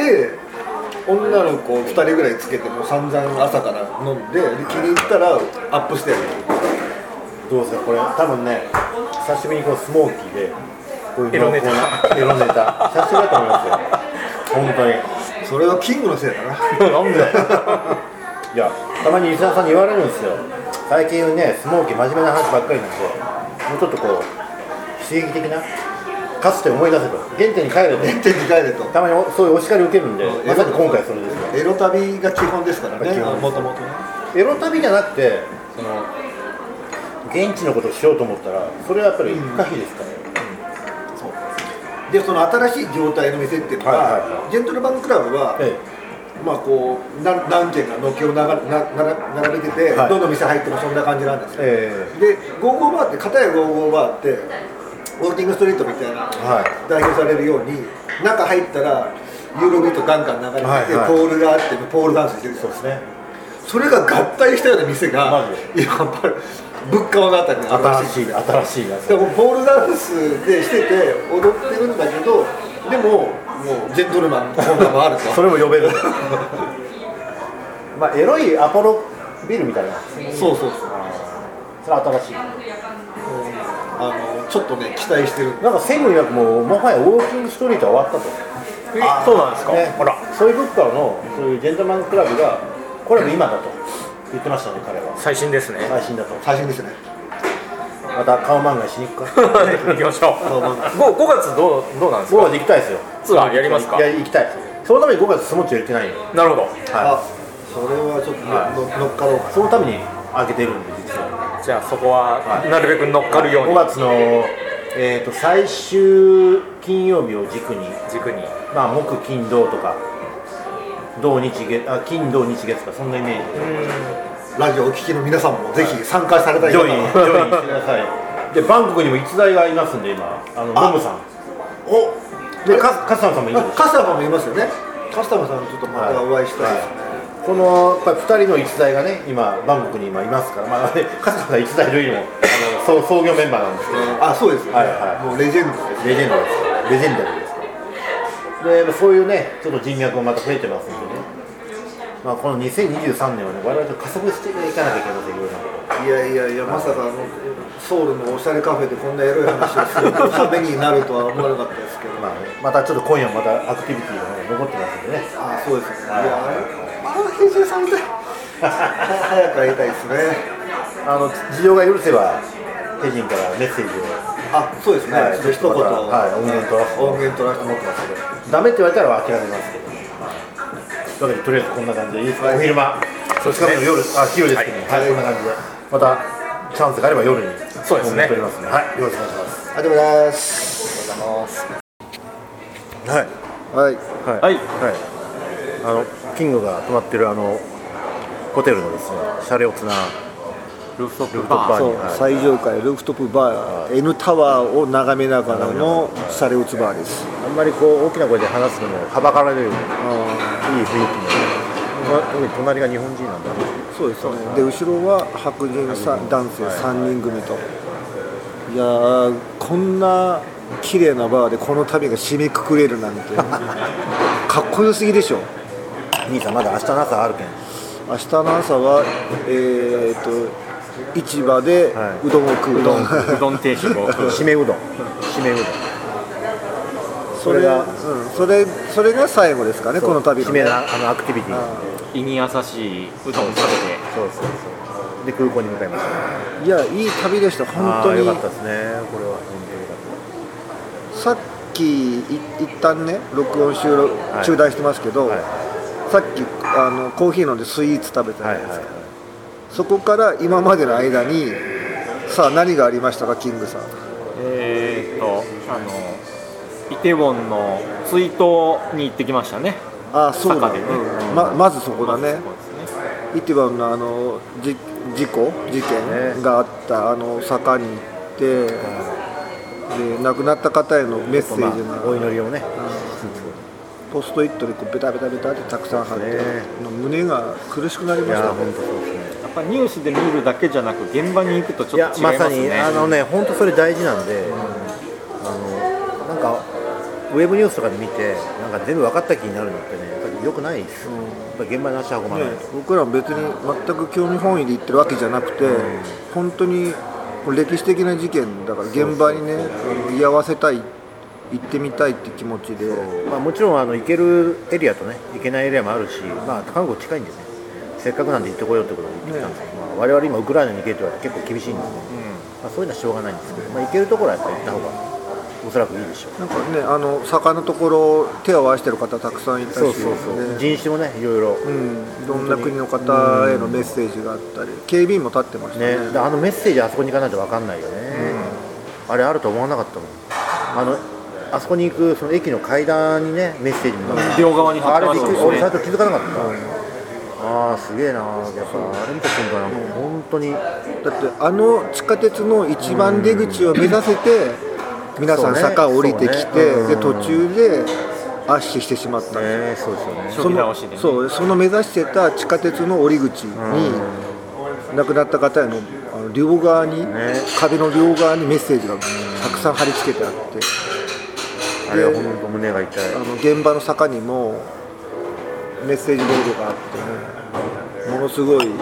S1: ン
S3: で女の子2人ぐらいつけてもう散々朝から飲んでで気に入ったらアップしてやる
S1: どうですかこれ多分ね久しぶりにこうスモーキーでこういう
S4: エロネタ
S1: 濃厚なエロネタ久しぶりだと思いますよ本当にい
S3: それはキングのせいだな
S4: なんで
S1: やたまにリスナーさんに言われるんですよ最近ねスモーキー真面目な話ばっかりなんでもうちょっとこう刺激的なかつて思い出せば原点に帰れと
S3: 天に帰れと
S1: たまにおそういうお叱り受けるんで
S3: うん
S1: まさに今回それですよ
S3: エロ旅が基本ですからね
S1: 基本
S3: もともとね
S1: エロ旅じゃなくてその現地のことをしようと思ったらそれはやっぱり不可避ですから、
S3: でその新しい業態の店っていうのが、
S1: はいはいは
S3: ジェントルマンクラブは、
S1: え
S3: まあこうな何軒か軒をながなな並べてて、
S1: はい
S3: どの店入ってもそんな感じなんです
S1: え
S3: よ、
S1: え
S3: でゴーゴーバーって片やゴーゴーバーってウォーキングストリートみたいな、
S1: えはい
S3: 代表されるように中入ったらユーロビートガンガン流れてて、
S1: はいはい
S3: ポールがあってポールダンスしてる
S1: そうですね
S3: それが合体したような店が
S1: マ
S3: 今やっぱり物価のあたりにあるら
S1: 新
S3: しい
S1: しい新しいやつ
S3: でもポールダンスでしてて踊ってるんだけどでももうジェントルマンの本もあると
S1: それも呼べる まあエロいアポロビルみたいな
S3: そうそうそう
S1: それ新しい
S3: あのちょっとね期待してる
S1: なんかセブン曰くもうもはやウォーキングストリートは終わったと
S4: えそうなんですか、
S1: ね
S4: ほら
S1: そういう文化のそういうジェントルマンクラブがこれも今だと言ってましたね彼は
S4: 最新ですね
S1: 最新だと
S3: 最新ですね
S1: また顔漫画しに行くか
S4: 行きましょう5月どうどうなんです
S1: 5
S4: か
S1: 月行きたいですよ
S4: ツアーやりますか
S1: いや行きたいそのために5月スモッチは行ってないよ
S4: なるほど
S3: あ
S1: は
S3: それはちょっとね、
S1: はい
S3: の乗っかろうか
S1: いそのために開けてるんで実は
S4: じゃあそこはなるべく乗っかるよう
S1: 5
S4: に
S1: 月の、えー、と最終金曜日を軸に、
S4: 軸 に
S1: まあ、木、金、土とか、土日月あ金、土日月か、そんなイメージで、
S3: ラジオをお聞きの皆さんもぜひ参加されたい
S1: ジ
S3: 方
S1: ョ
S3: は
S1: イン、ジョインしてください。で、バンコクにも逸材がいますんで、今、あの、
S3: あ
S1: モムさん。
S3: お
S1: で、カカスタムさんもいるんです。
S3: カスタマーもいますよねカスタマーさんちょっとまたお会いしたいですね、
S1: はいこのやっぱり2人の逸材がね、今、バンコクに今いますから、まあ、ねカスタムさん逸材ジョインもあの創創業メンバーなんですけど、
S3: あそうですよね、
S1: はいはい
S3: もうレジェンドです
S1: レジェンドですから、レジェンダリーですから。で、そういうね、ちょっと人脈もまた増えてますんでね、まあ、この2023年はね、我々と加速していかなきゃいけません、いろいろなこと。
S3: いやいやいやまさかあのソウルのおしゃれカフェでこんなエロい話をする喋りになるとは思わなかったですけど
S1: まあね、またちょっと今夜もまたアクティビティが、ね、残ってますんでね。
S3: あそうですよねいや
S1: はい
S3: あれあ編集されたい早く会いたいですね
S1: あの事情が許せば、ペジンからメッセージを、
S3: あそうですね、
S1: はい
S3: ちょっと一言
S1: はい音源取らせて
S3: 音源取らせてもらってます
S1: ダメって言われたら諦めますけど、というわけで、とりあえずこんな感じでいいですか、
S3: はい
S1: お昼間、そしてね、夜、あ昼ですけども、はい
S3: はい
S1: こんな感じで、またチャンスがあれば夜に、
S4: そうですね
S1: 撮りますね、はい、よろしくお願いします。
S3: ありがとうございますありがとうございます
S1: はいは
S3: はい
S1: い、
S4: はい
S1: あのキングが泊まってるあのホテルのですね、シャレオツな
S4: ルーフトッ
S1: ルーフトッ
S4: プ
S1: プバ
S4: バー
S1: ー
S4: に
S1: に、はい
S3: 最上階ルーフトップバー N タワーを眺めながらのシャレ打つバーです
S1: あんまりこう大きな声で話すのもはばかられるような。い
S3: あ
S1: い雰囲気の、ま特に隣が日本人なんだ
S3: ーそうですねで後ろは白人さ男性3人組といやーこんな綺麗なバーでこの旅が締めくくれるなんて かっこよすぎでしょ
S1: 兄さんまだ明日の朝あるけん
S3: 明日の朝はえーっと市場で
S1: はいう
S3: どんを食うと、
S4: うどん定食を
S1: 締めうどん締めうどん
S3: それが、うん、それそれが最後ですかねこの旅の
S1: 締
S3: ね
S1: めなあのアクティビティなんで
S4: 胃に優しいうどんを食べて
S1: そうそうそうで空港に向かいました
S3: いやいい旅でした本
S1: あ
S3: 当
S1: ー
S3: に
S1: よかったですねこれは本当によかっ
S3: さっきい一旦ね録音収録
S1: はい
S3: 中断してますけど、
S1: はい
S3: さっきあのコーヒー飲んでスイーツ食べたじ
S1: た
S3: ゃ
S1: は
S3: ない
S1: い
S3: で
S1: はい
S3: すか、
S1: はい
S3: そこから今までの間にさあ何がありましたかキングさん
S4: えー、っとあのイテウォンの追悼に行ってきましたね
S3: ああそうだ、
S4: 坂でね
S3: うんままずそこだね
S4: まずそうですね
S3: イティバンのあのじ事故事件があったあの坂に行って、で亡くなった方へのメッセ
S1: ま
S3: ージ
S1: あ
S3: の
S1: お祈りをね
S3: ポストイットでこうベタベタベタってたくさん貼って、
S1: そうですね
S3: 胸が苦しくなり
S1: い
S3: まし
S1: やー
S3: た
S1: 本当そうですね
S4: やっぱニュースで見るだけじゃなく現場に行くとち
S1: い
S4: ょっ
S1: や
S4: と違い
S1: ま
S4: ますね
S1: さにあのね本当それ大事なんであのなんかウェブニュースとかで見てなんか全部分かった気になるのってねやっぱり良くないですやっぱり現場に足運ばないと
S3: 僕らも別に全く興味本位で行ってるわけじゃなくて、本当にこれ歴史的な事件だから現場にねあの居合わせたい行ってみたいって気持ちで
S1: まあ、もちろんあの行けるエリアとね行けないエリアもあるし、まあ、韓国近いんでねせっかくなんで行ってこようってことで行ってきたんですけど、まあ、我々今ウクライナに行けって言われて結構厳しいんで、まあ、そういうのはしょうがないんですけど、まあ、行けるところはやっぱ行った方がおそらくいいでしょう
S3: なんかねあの坂のところ手を合わせてる方たくさんいたし
S1: そうそうそう、
S3: ね
S1: 人種もねいろいろ、
S3: うん、いろんな国の方へのメッセージがあったり、警備員も立ってましたね
S1: ね、であのメッセージあそこに行かないと分かんないよね、あれあると思わなかったもんあのあそこに行くその駅の階段にねメッセージも
S4: 両側に貼
S1: あ
S4: って
S1: れ
S4: ま
S1: びっ
S4: し
S1: たく
S4: もん
S1: り俺
S4: ね
S1: 最初気づかなかった、ああすげえなやっぱあれ見た瞬間なんか本当に、
S3: だってあの地下鉄の一番出口を目指せて、皆さん
S1: そうね
S3: 坂を降りてきて、
S1: そうね
S3: で途中で圧死してしまった、
S1: ね、そうですよね。
S4: 初期倒しでね
S3: そうその目指してた地下鉄の降り口に、亡くなった方へのあの両側に、
S1: ね
S3: 壁の両側にメッセージがたくさん貼り付けてあって。
S1: あれは本当胸が痛い
S3: あ。の現場の坂にもメッセージボードがあって、ものすごいメ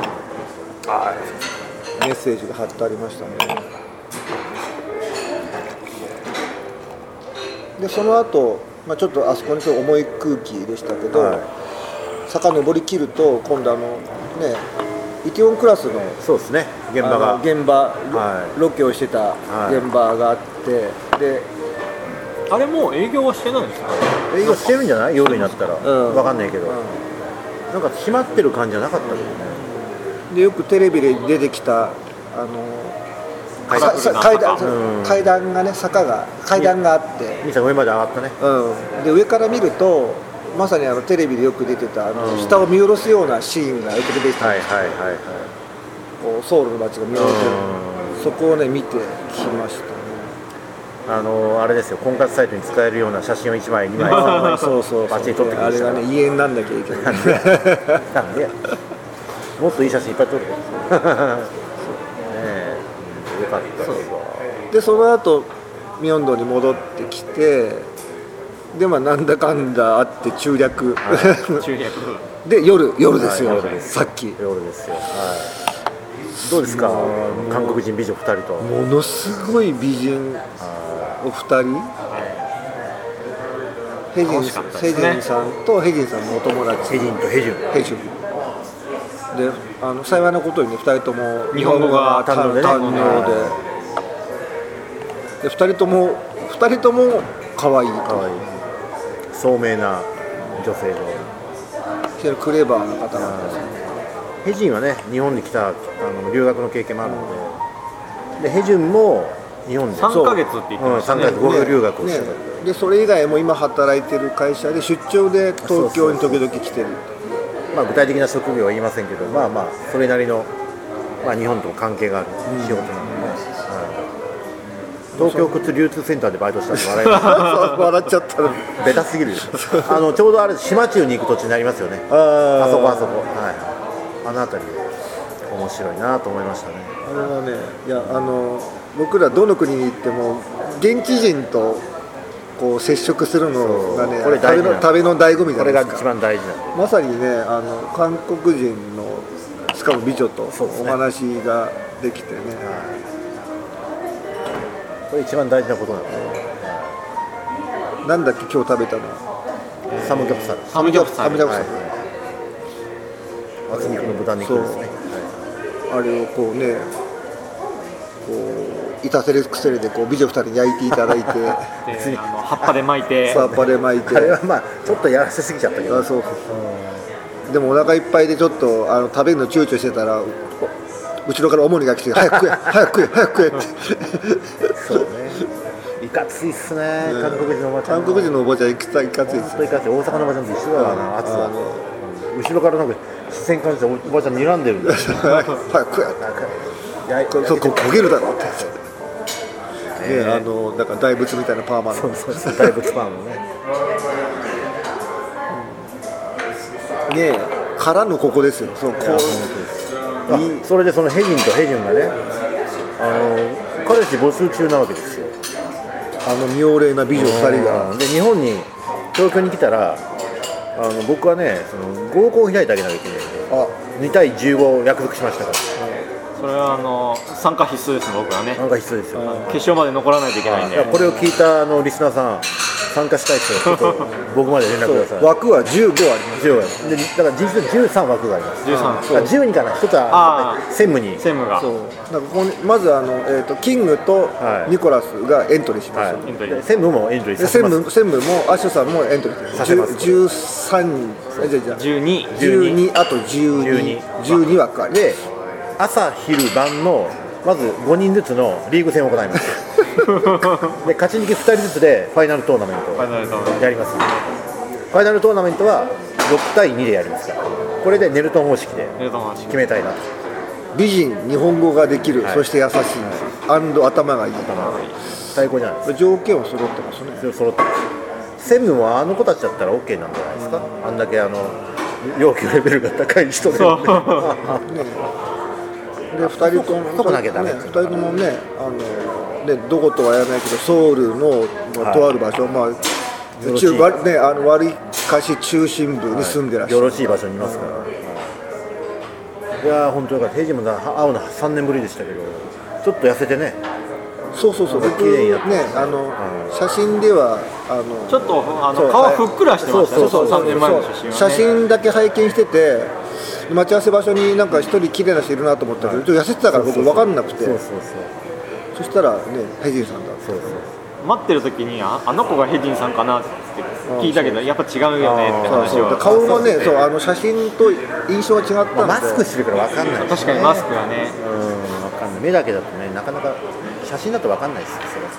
S3: ッセージが貼ってありましたねでその後、まあちょっとあそこにちょっと重い空気でしたけど、
S1: はい
S3: 坂登り切ると今度あのねイテウォンクラスの
S1: そうですね。現場
S3: あ
S1: が
S3: の。現場、
S1: はい
S3: ロケをしてた
S1: はい
S3: 現場があって、で
S4: あれもう営業はしてないんですか
S1: 営業してるんじゃない？夜になったら。
S3: うん
S1: わかんないけど。
S3: うん
S1: なんか閉まってる感じじゃなかったけどね。
S3: でよくテレビで出てきたあの
S4: 階
S3: さ
S4: 段
S3: さ階段
S1: うん
S3: 階段がね坂が階段があって、
S1: 兄さん上まで上がったね。
S3: うん、で上から見るとまさにあのテレビでよく出てたあの、
S1: うん
S3: 下を見下ろすようなシーンがよく出てきた、
S1: はいはいはいはい。
S3: こうソウルの街が見えるそこをね見てきました
S1: あのあれですよ婚活サイトに使えるような写真を1枚2枚3枚
S3: ね そうそう
S1: バッチリ撮ってきま
S3: あれ
S1: した
S3: が
S1: か
S3: ね家になんなきゃいけない
S1: らなんでもっといい写真いっぱい撮るねえよかったですわ
S3: でその後ミョンドに戻ってきてでまあなんだかんだあって中略、
S4: 中略
S3: で夜夜ですよ、
S1: はい夜です
S3: さっき
S1: 夜ですよはいどうですか韓国人美女2人と
S3: ものすごい美人お二人ヘジン
S4: 楽しかった
S3: ヘ
S4: ですね
S3: ジンさんとヘジンさんのお友達
S1: ヘジンとヘジュン
S3: ヘジンであの幸いなことにね2人とも
S4: 日本語が
S3: 堪
S1: 堪能
S3: 能
S1: で
S3: で
S1: ね
S3: で2人とも二人とも可愛
S1: かわい
S3: い
S1: い聡明な女性の
S3: 非常にクレバーな方なんです
S1: ヘジンはね日本に来たあの留学の経験もあるのででヘジュンも日本で
S4: 3ヶ月って言ってましたね
S1: うん三ヶ月語学留学をしてた
S3: ねでそれ以外も今働いてる会社で出張で東京に時々来てる
S1: まあ、具体的な職業は言いませんけど、まあまあ、それなりの、まあ、日本とも関係がある仕事なので、はい東京靴流通センターでバイトしたって笑い ま
S3: 笑っちゃったの
S1: すベタすぎるでしょあのちょうどあれ島中に行く土地になりますよねあ
S3: あ
S1: そこあそこはいあの辺り面白いなと思いましたね
S3: あれはねいやあの僕らどの国に行っても現地人とこう接触するのがね
S1: そうこれ大事
S3: 旅
S1: な
S3: の旅の醍醐味じ
S1: こ
S3: ゃな
S1: れ
S3: いで
S1: が
S3: す
S1: 一
S3: か
S1: 番大事なんで
S3: まさにねあの韓国人のしかも美女と
S1: そうです
S3: お
S1: ね
S3: 話ができてね
S1: これ一番大事なことなんで
S3: なんだっけ今日食べたの
S1: すサムギョプサル
S4: サムギョプサ
S3: サムギ
S4: ル
S3: ョプサル
S1: はい厚肉の豚肉ですね
S3: あれをこうねこういたせるくせれでこう美女二人に焼いていただいて
S4: であの葉っぱで巻いて
S3: サーパで巻いて
S1: あれはまあちょっとやらせすぎちゃったけど
S3: あそうでもお腹いっぱいでちょっとあの食べるの躊躇してたらお後ろから重荷が来て「早く食え早く食え早く食え」 って
S1: そうね。いかついっすね、韓国人のおばちゃん。
S3: 韓国人のおばちゃんいくついかついで
S1: 本
S3: す
S1: 当
S3: よ
S1: いかつい、大阪のおばちゃんと一緒だからな、圧が。うん後ろからなんか視線感じておばちゃん睨んでるんだよ。
S3: 早く食え
S1: なんかやい
S3: こそうこう焦げるだろってねあ
S1: ね
S3: のなんか大仏みたいなパーマ
S1: そう
S3: の
S1: そうそう、大仏パンもね。
S3: ねからのここですよそうこ
S1: あそれでそのヘジンとヘジンがね、あの彼氏募集中なわけですよ。
S3: うあの妙齢な美女二人が
S1: うんで日本に東京に来たら、あの僕はね、その合コンを開いてあげなきゃいけないんで。
S3: あ
S1: 2対15を約束しましたか
S4: それはあの参加必須ですね僕はね
S1: ら、なんか必須ですよ。
S4: 決勝まで残らないといけないんで
S1: これを聞いたあのリスナーさん、参加したい人、ちょっと僕まで連絡ください。
S3: 枠は15あります
S1: 10枠でだから実質13枠があります。
S4: 13
S1: あ12かな、一つは
S4: あー
S1: 専務に。
S4: 専務が
S3: そうなんかここにまずあの、えー、とキングと
S1: はい
S3: ニコラスがエントリーします、
S1: は
S4: エ
S1: い、
S4: ントリー
S1: で専務もエントリー
S3: で
S1: させ
S3: 専
S1: ます
S3: 務専務もアッシュさんもエントリー
S1: さ
S3: して
S1: せ
S3: る
S1: ます
S3: 13えじゃあじゃあ
S4: 12 12
S3: 12あと1212
S1: 12
S3: 枠あり
S1: で朝昼晩のまず5人ずつのリーグ戦を行いますで勝ち抜き2人ずつでファイナルトーナメント
S4: ファイナルトーナメン
S1: やりますファイナルトーナメントは6対2でやりますからこれでネルトン方式で
S4: ネルトン方式
S1: 決めたいなと
S3: 美人日本語ができる、
S1: はい
S3: そして優しい、アンド頭がいい
S1: 最高じゃないですか
S3: 条件は揃ってますね
S1: 揃ってます専務はあの子たちだったら OK なんじゃないですか、あんだけあの要求レベルが高い人で
S4: そう
S3: で2人とも
S1: そこ投げたね
S3: ね、2人ともねあのねどことはやらないけどソウルの、まあ、とある場所、まあ
S1: よ
S3: 中
S1: ろ
S3: わね、あの悪いかし中心部に住んでらっしゃ
S1: よ
S3: る、
S1: ろしい場所にいますから、い、やー本当よかった平時もな会うの3年ぶりでしたけどちょっと痩せてね
S3: そうそうそう
S1: なんか
S3: 僕
S1: 綺麗に
S3: ね
S1: やって
S3: あの、写真ではあの
S4: ちょっとあ
S3: そ
S4: の
S3: う
S4: 顔ふっくらしてましたね
S3: そうそう
S4: 3年前の写真はね
S3: 写真だけ拝見してて待ち合わせ場所になんか一人綺麗な人いるなと思ったけど、ちょっと痩せてたから僕分かんなくて
S1: そう
S3: そ
S1: そう
S3: したらねヘジンさんだ
S1: そうそうそう
S4: 待ってる時にああの子がヘジンさんかなって聞いたけどやっぱ違うよねって
S3: そうそ
S4: 話
S3: う
S4: を
S3: で顔もね
S4: させて
S3: そうあの写真と印象が違ったので、
S1: まあマスクしてるから分かんない
S4: 確かにマスクはね
S1: うん分かんない目だけだとねなかなか写真だと分かんないですよそれは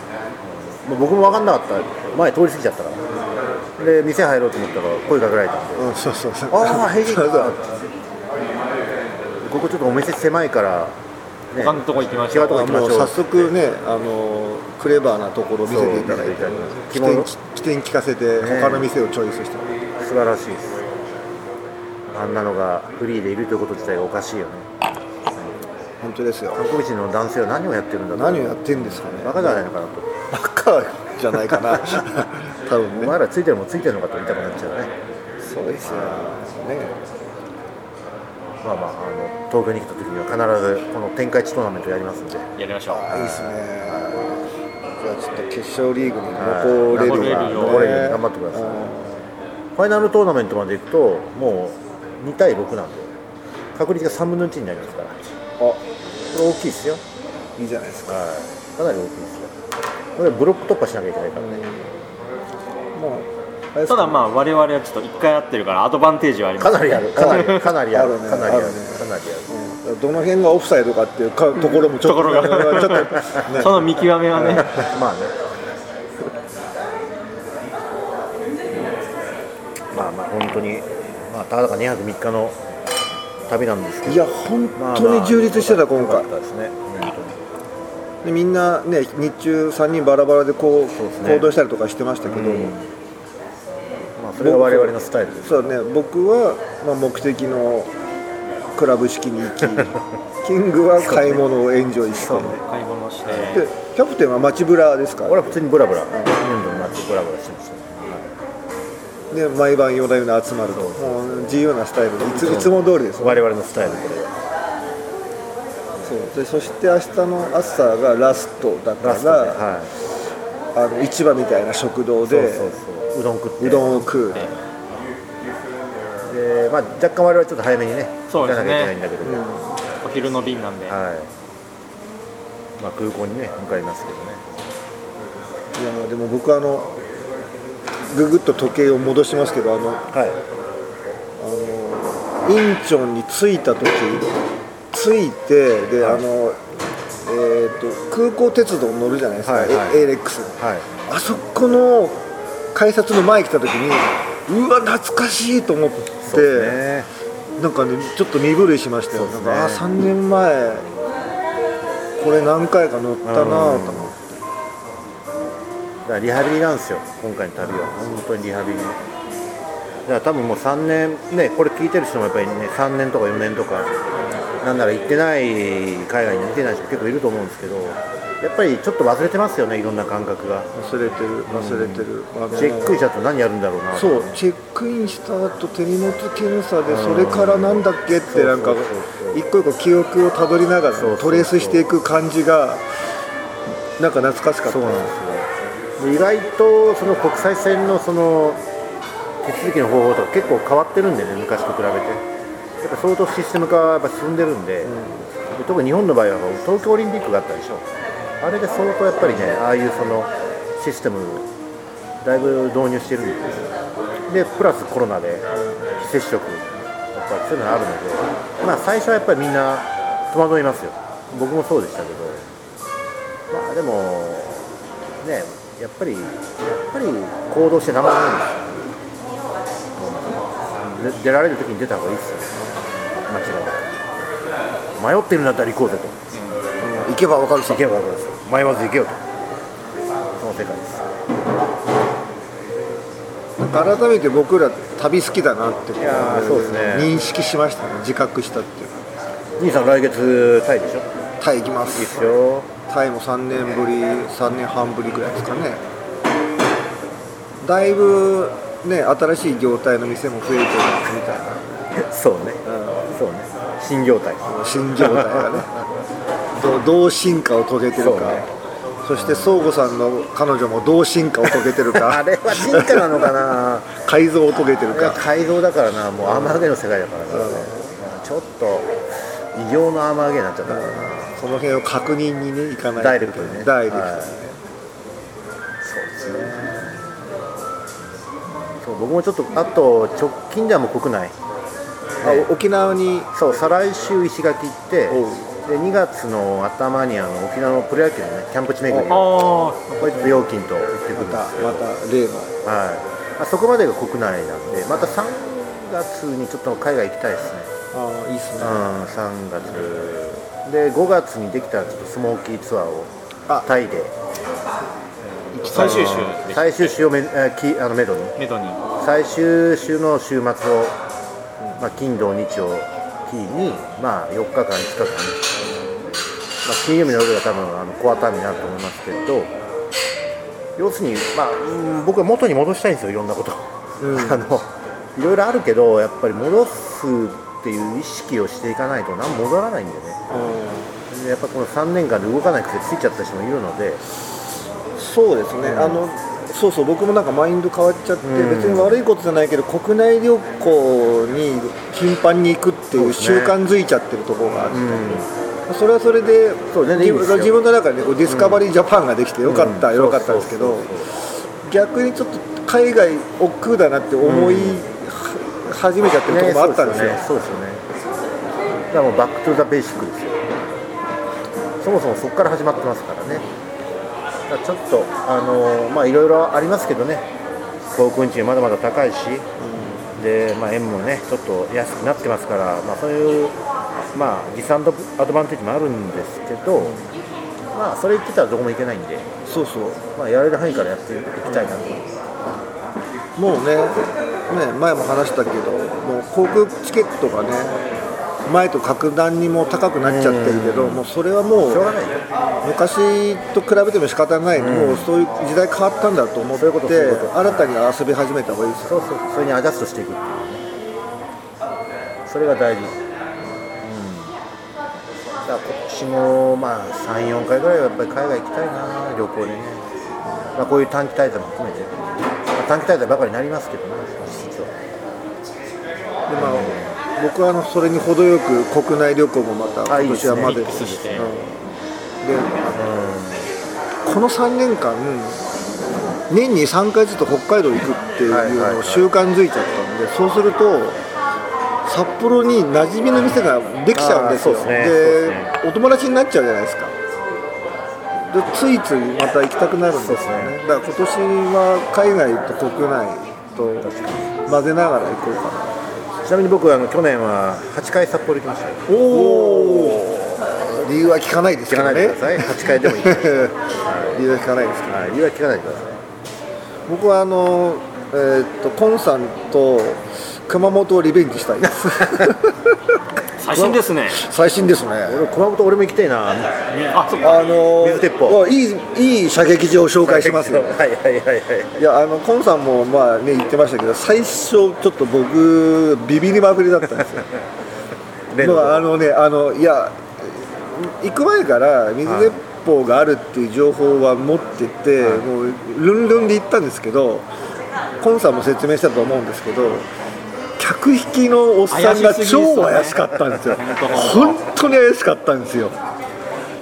S1: もう僕も分かんなかった前通り過ぎちゃったからで店入ろうと思ったら声かけられたんで
S3: うんそうそうそう
S1: ああ、ヘリ
S3: そうそう
S1: か。ここちょっとお店狭いから、ね
S4: 他のとこ行きまし
S1: 違
S4: ょ
S1: うとこ
S4: う
S1: 行きまし
S3: も
S1: ょ
S3: う
S1: う
S3: 早速ねあのクレバーなところを見せていただいて
S1: そう
S3: 起点起点聞かせて
S1: ね
S3: 他の店をチョイスして
S1: 素晴らしいですあんなのがフリーでいるということ自体がおかしいよね
S3: 本当ですよ
S1: 韓国人の男性は何をやってるんだと
S3: 何をやってんですかね
S1: バカじゃないのかなと
S3: バカじゃないかな多分
S1: お
S3: ね
S1: 前らついてるもんついてるのかと言いたくなっちゃうね
S3: そうですよね
S1: まあまああの東京に来た時には必ずこの天下一トーナメントやりますんで
S4: やりましょう
S3: いいですねじゃあちょっと決勝リーグに
S1: はい
S3: 残れるように
S1: 残
S3: ね
S1: れるように頑張ってくださいファイナルトーナメントまで行くともう2対6なんで確率が3分の1になりますからこれ大きいですよ
S3: うんいいじゃないですか
S1: はいかなり大きいですよこれブロック突破しなきゃいけないからね
S3: もうあれです
S4: た
S3: か
S4: だまあ我々はちょっと1回会ってるからアドバンテージはあります
S1: かなりあ るかなりかなりある
S3: あるね
S1: かなりある
S3: あるね
S1: かなりある
S3: うんどの辺がオフサイドかっていうかところもちょっ
S4: とことろが
S3: ちょっとね
S4: その見極めはね
S1: まあね。 まあまあ本当に、まあ、ただか2泊3日の旅なんですけど、
S3: いや本当に充実してた今回
S1: 良かったですね、本当に
S3: でみんなね日中3人バラバラでこう
S1: ですね
S3: 行動したりとかしてましたけ
S1: ま
S3: ど、
S1: あ、それが我々のスタイルです、
S3: そうだね僕は、まあ、目的のクラブ式に 行きキングは買い物をエンジョイして、
S4: 買い物して
S3: でキャプテンは街ブラですか
S1: 俺は普通にブラブラ、インドになってブラブラしてました、
S3: で毎晩夜な夜な集まるともう自由なスタイルでいついつも通りです
S1: 我々のスタイル、これが、
S3: そうでそして明日の朝がラストだか
S1: ラ
S3: ら
S1: ストで、は
S3: あの市場みたいな食堂
S1: い、そう
S3: で
S1: そうそう、うどん食って、
S3: うどんを食う、
S1: でまあ、若干我々ちょっと早めにね、
S4: そうです
S1: 行
S4: ね
S1: かなきゃいけないんだけど、
S3: うん
S1: はい
S4: お昼の便なんで
S1: まあ、空港にね、向かいますけどね。
S3: いやでも僕あのぐぐっと時計を戻しますけどあの
S1: はい
S3: インチョンに着いた時着いてで、あのえー、と空港鉄道に乗るじゃないですか、
S1: はいはい
S3: A- ALEX の
S1: はい、
S3: あそこの改札の前来た時にうわ懐かしいと思って
S1: そうですね
S3: なんかねちょっと身震いしましたよ、
S1: そう
S3: な
S1: で
S3: ん
S1: すね
S3: かあ3年前これ何回か乗ったなと思って
S1: だからリハビリなんですよ今回の旅は本当にリハビリだから多分もう3年ねこれ聞いてる人もやっぱりね3年とか4年とかなんなら行ってない海外に行ってない人結構いると思うんですけどやっぱりちょっと忘れてますよねいろんな感覚が
S3: 忘れてる忘れてる、あの
S1: チェックインした後何やるんだろうなとか
S3: そうチェックインした後手荷物検査でそれからなんだっけってなんか
S1: そうそうそうそう
S3: 一個一個記憶をたどりなが
S1: そうそうそう
S3: らトレースしていく感じがなんか懐かしかった
S1: そうなんですよで意外とその国際線のその手続きの方法とか結構変わってるんでね昔と比べてやっぱ相当システム化はやっぱ進んでるんで、で特に日本の場合は東京オリンピックがあったでしょあれで相当やっぱりねああいうそのシステムだいぶ導入してるんですよでプラスコロナで非接触やっぱりそういうのがあるのでまあ最初はやっぱりみんな戸惑いますよ僕もそうでしたけどまあでもねやっぱりやっぱり行動して生まないんですよで出られる時に出た方がいいですよ間違いなく迷ってるんだったら行こうぜと
S3: 行けばわかるさ
S1: 行けば分かるですよ迷わず行けよとその世界です
S3: なんか改めて僕ら旅好きだなってこう
S1: いやーそうですね
S3: 認識しましたね自覚したっていう
S1: 兄さん来月タイでしょい
S3: タイ行きま
S1: いっ
S3: す
S1: すよ
S3: タイも3年ぶり3年半ぶりぐらいですかねだいぶね新しい業態の店も増えてるみたいな
S1: そうね、そうね新業態
S3: 新業態 がねどうどう進化を遂げてるか
S1: そうね
S3: そ,、して相互さんの彼女もどう進化を遂げてる
S1: あ
S3: か
S1: れは進化なのかな
S3: 改造を遂げてる
S1: いや
S3: か
S1: 改造だから なもう雨上げの世界だからな、ちょっと異形の雨上げになっちゃったからな、
S3: その辺を確認にねいかない
S1: ダイレクトにね
S3: ダイレクトに
S1: はいそうですねそう僕もちょっとあと直近ではもう国内
S3: あお沖縄に
S1: そう再来週石垣行って
S3: おう
S1: で2月の頭にあの沖縄のプロ野球のねキャンプ地巡り
S4: あ
S1: こ
S4: あ
S1: れちょっと料金と行ってくる
S3: ま
S1: んで
S3: た
S1: すけど
S3: また例の
S1: はい、まあ、そこまでが国内なんでまた3月にちょっと海外行きたいですね
S3: ああいいっす
S1: う
S3: ね
S1: ん、3月で5月にできたちょっとスモーキーツアーを
S3: あ
S1: タイで
S4: 最終週で
S1: 最終週をめえーきあのメドに
S4: メドに
S1: 最終週の週末を、まあ、金土日をキーに、まあ、4日間5日間、まあ、金曜日の夜が多分あのコアターミナルだと思いますけど要するに、まあ、うん僕は元に戻したいんですよいろんなこと、あのいろいろあるけどやっぱり戻すっていう意識をしていかないと何も戻らないんだよねでやっぱこの3年間で動かない癖ついちゃった人もいるので
S3: そうですね、あのそうそう僕もなんかマインド変わっちゃって、
S1: うん
S3: 別に悪いことじゃないけど国内旅行に頻繁に行くっていう
S1: そう
S3: 習
S1: ですね
S3: 慣づいちゃってるところがあって、それはそれで
S1: そうねいいんで
S3: 自分
S1: すよ
S3: 自分の中でこうディスカバリージャパンができてよかった、
S1: うん
S3: よかったんですけど
S1: そうそうそう
S3: 逆にちょっと海外億劫だなって思い、は始めちゃってるところもあったんですよ、
S1: そうですよねだからもうバック・トゥ・ザ・ベーシックですよそもそもそこから始まってますからねだからちょっとあのまあいろいろありますけどね航空運賃まだまだ高いし、で、まあ、円もねちょっと安くなってますから、まあ、そういう、まあ、持参とアドバンテージもあるんですけど、まあそれ言ってたらどこも行けないんで、
S3: そうそう
S1: まあ、やれる範囲からやっていきたいなと、
S3: もうねね前も話したけどもう航空チケットがね前と格段にもう高くなっちゃってるけど、もうそれはもう
S1: しょうがないよ
S3: 昔と比べても仕方ない、もうそういう時代変わったんだと思って
S1: そういうことそういうこと
S3: 新たに遊び始めた方がいいですよ
S1: そうそうそれにアジャストしていくっていうねそれが大事、うん、だから今年もまあ34回ぐらいはやっぱり海外行きたいな旅行でね、まあ、こういう短期滞在も含めて、まあ短期滞在ばかりになりますけどね実は
S3: で、まあ、僕はあのそれに程よく国内旅行もまた
S1: あいい
S3: 今
S1: で
S3: 年
S1: す
S3: は
S1: ね
S3: ま
S4: ミ
S3: で
S4: ックスして
S3: でこの3年間年に3回ずっと北海道行くって
S1: はいはい
S3: いう
S1: は
S3: のを
S1: い
S3: 習慣づいちゃったんでそうすると札幌に馴染みの店ができちゃうんですよ
S1: あーそう
S3: で
S1: ですね
S3: お友達になっちゃうじゃないですかでついついまた行きたくなるんですよ
S1: そうで
S3: ねだから今年は海外と国内と混ぜながら行こうかな
S1: ちなみに僕はあの去年は8回札幌行きましたよ
S3: おお理由は聞かないです
S1: 聞か
S3: け
S1: な
S3: ど
S1: い
S3: ね
S1: でください8回でもいいはい
S3: 理由は聞かないですけど
S1: 理由は聞かないでください
S3: 僕はあの、えーっとコンさんと熊本をリベンジしたいです
S4: 最新ですね
S3: 最新ですね
S1: 俺熊本俺も行きたい な
S4: あそっか
S3: あの
S1: 水鉄砲
S3: いやいいいい射撃場を紹介しますよ
S1: はいはいはいはい
S3: いやあのコンさんもまあね言ってましたけど最初ちょっと僕ビビりまくりだったんですよ
S1: 例
S3: だ
S1: の
S3: からあのねあのいや行く前から水鉄砲があるっていう情報は持ってて、もうルンルンで行ったんですけどコンさんも説明したと思うんですけど客引きのおっさんが
S4: 怪しすぎですよね
S3: 超怪しかったんですよ
S4: 当
S3: 本当に怪しかったんですよ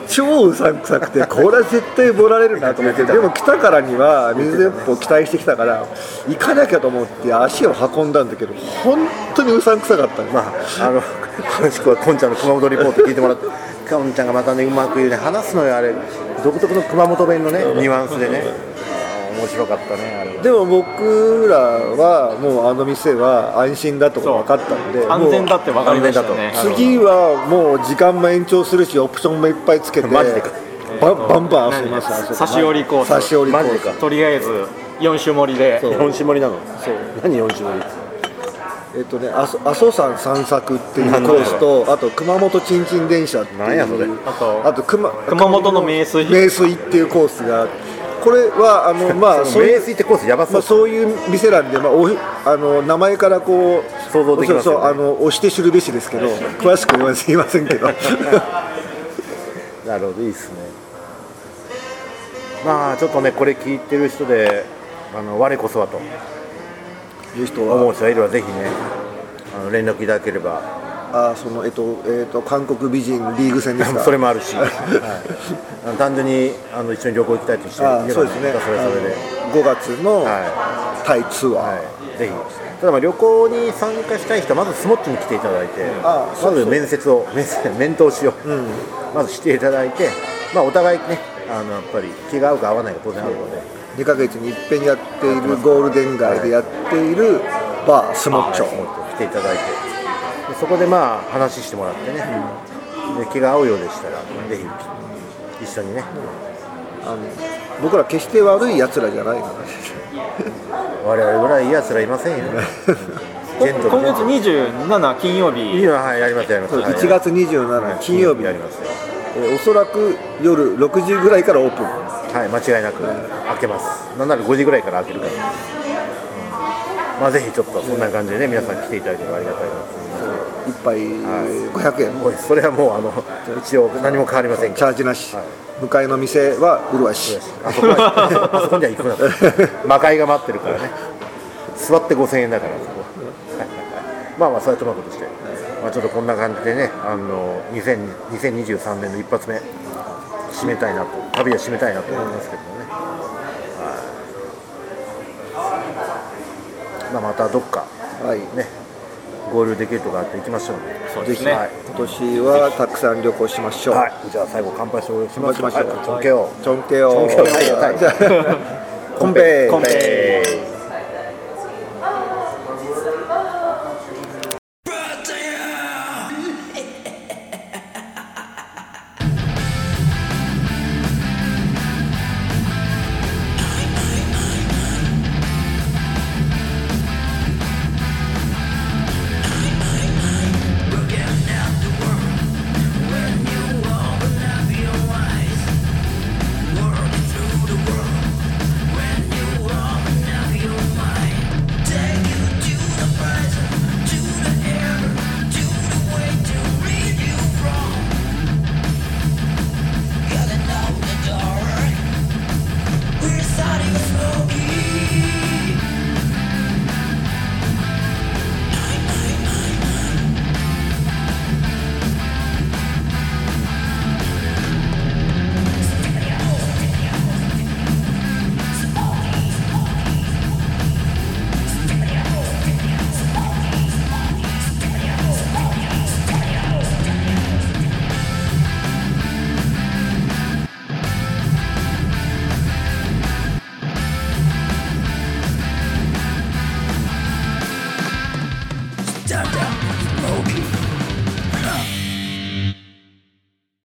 S3: 超うさんくさくてこれは絶対ボラれるなと思ってでも来たからには水鉄砲期待してきたから行かなきゃと思って足を運んだんだけど本当にうさんくさかったんです
S1: まあ、あの、詳しくはこんちゃんの熊本リポート聞いてもらって、こんちゃんがまたね、うまく言うね、話すのよ、あれ、独特の熊本弁のね、ニュアンスでね、あー面白かったね、あれは。
S3: でも僕らはもうあの店は安心だとか分かったんで
S4: 安全だって分かりましたよね
S3: もう次はもう時間も延長するしオプションもいっぱいつけて
S1: マジでか
S3: バンバンバン遊びます
S4: 何
S3: あそこ
S4: 差し折りコース
S3: 差し折りコース
S1: マジでか
S4: とりあえず4種盛りで
S3: そう
S1: 本絞りなのそう。何本絞り
S3: えっとね阿蘇阿蘇山散策っていうコースとあと熊本ちんちん電車っていう
S1: なんやそれ
S4: あと
S3: あと熊
S4: 熊本の名水
S3: 名水っていうコースがこれはあのまあ
S1: そ
S3: そう
S1: の
S3: い
S1: 名
S3: う
S1: 水ってコースやばそ
S3: ま
S1: う
S3: あ、。そういう店なんで、まあ、おあの名前からこう
S1: 想像できますよね
S3: そうそうあの押して知るべしですけど詳しくは言いません けど
S1: なるほど、いいですね。まあ、ちょっとね、これ聞いてる人で、あの、我こそはと
S3: いう人
S1: 思
S3: は
S1: う人がいれば、ぜひね、あの連絡いただければ、
S3: あその、えっとえっと、韓国美人リーグ戦ですか
S1: それもあ るし、はいあの単純にあの一緒に旅行行きたいとしていれば
S3: あそうですね
S1: またそれはそれで。
S3: 5月の
S1: は
S3: タイツアー、
S1: はい、ぜひ、ただまあ旅行に参加したい人は、まずスモッチに来ていただいて、
S3: あそう
S1: まず面接を、 面接面通しを、まずしていただいて、まあ、お互いね、あのやっぱり気が合うか合わないか当然あるので、
S3: 2ヶ月にいっぺんやっているゴールデン街でやっているバースモッチョ
S1: もっと来ていただいて、でそこでまあ話してもらってね、で気が合うようでしたらぜひ一緒にね、
S3: あの僕ら決して悪いやつらじゃないから
S1: 我々ぐらいいいやつらいま せんよジェント
S4: 今
S1: ルで
S4: 月27金曜
S1: いい
S4: 日
S1: のははいやりますやります、はい
S3: 1月27日金曜日
S1: やりますよ
S3: えーおそらく夜6時ぐらいからオープン
S1: はい間違いなく開けますなんなら5時ぐらいから開けるから、うんまあぜひちょっとそんな感じでね皆さん来ていただければありがたいなと思います
S3: 1杯500円
S1: もうそれはもうあの一応何も変わりません
S3: チ
S1: から
S3: ャージなし、向かいの店は麗しい
S1: あそこはあそこには行くなと魔界が待ってるからね座って5000円だからそこはまあまあそれはともかくとして、まあ、ちょっとこんな感じでねあの2000 2023年の一発目締めたいなと旅は締めたいなと思いますけどもね、はいまあ、またどっか
S3: はい、
S1: ね合流できるとこあって行きましょうね
S4: そう
S3: ぜ
S4: で
S3: ひ、
S4: すね
S1: はい
S3: 今年はたくさん旅行しましょう、
S1: はい、じゃあ最後乾杯しておします
S3: 乾杯しましょう
S1: はいチョンケを
S3: チョンケオ
S1: チョンケオはい
S3: じゃあコンペイ
S4: コンペイ
S1: えー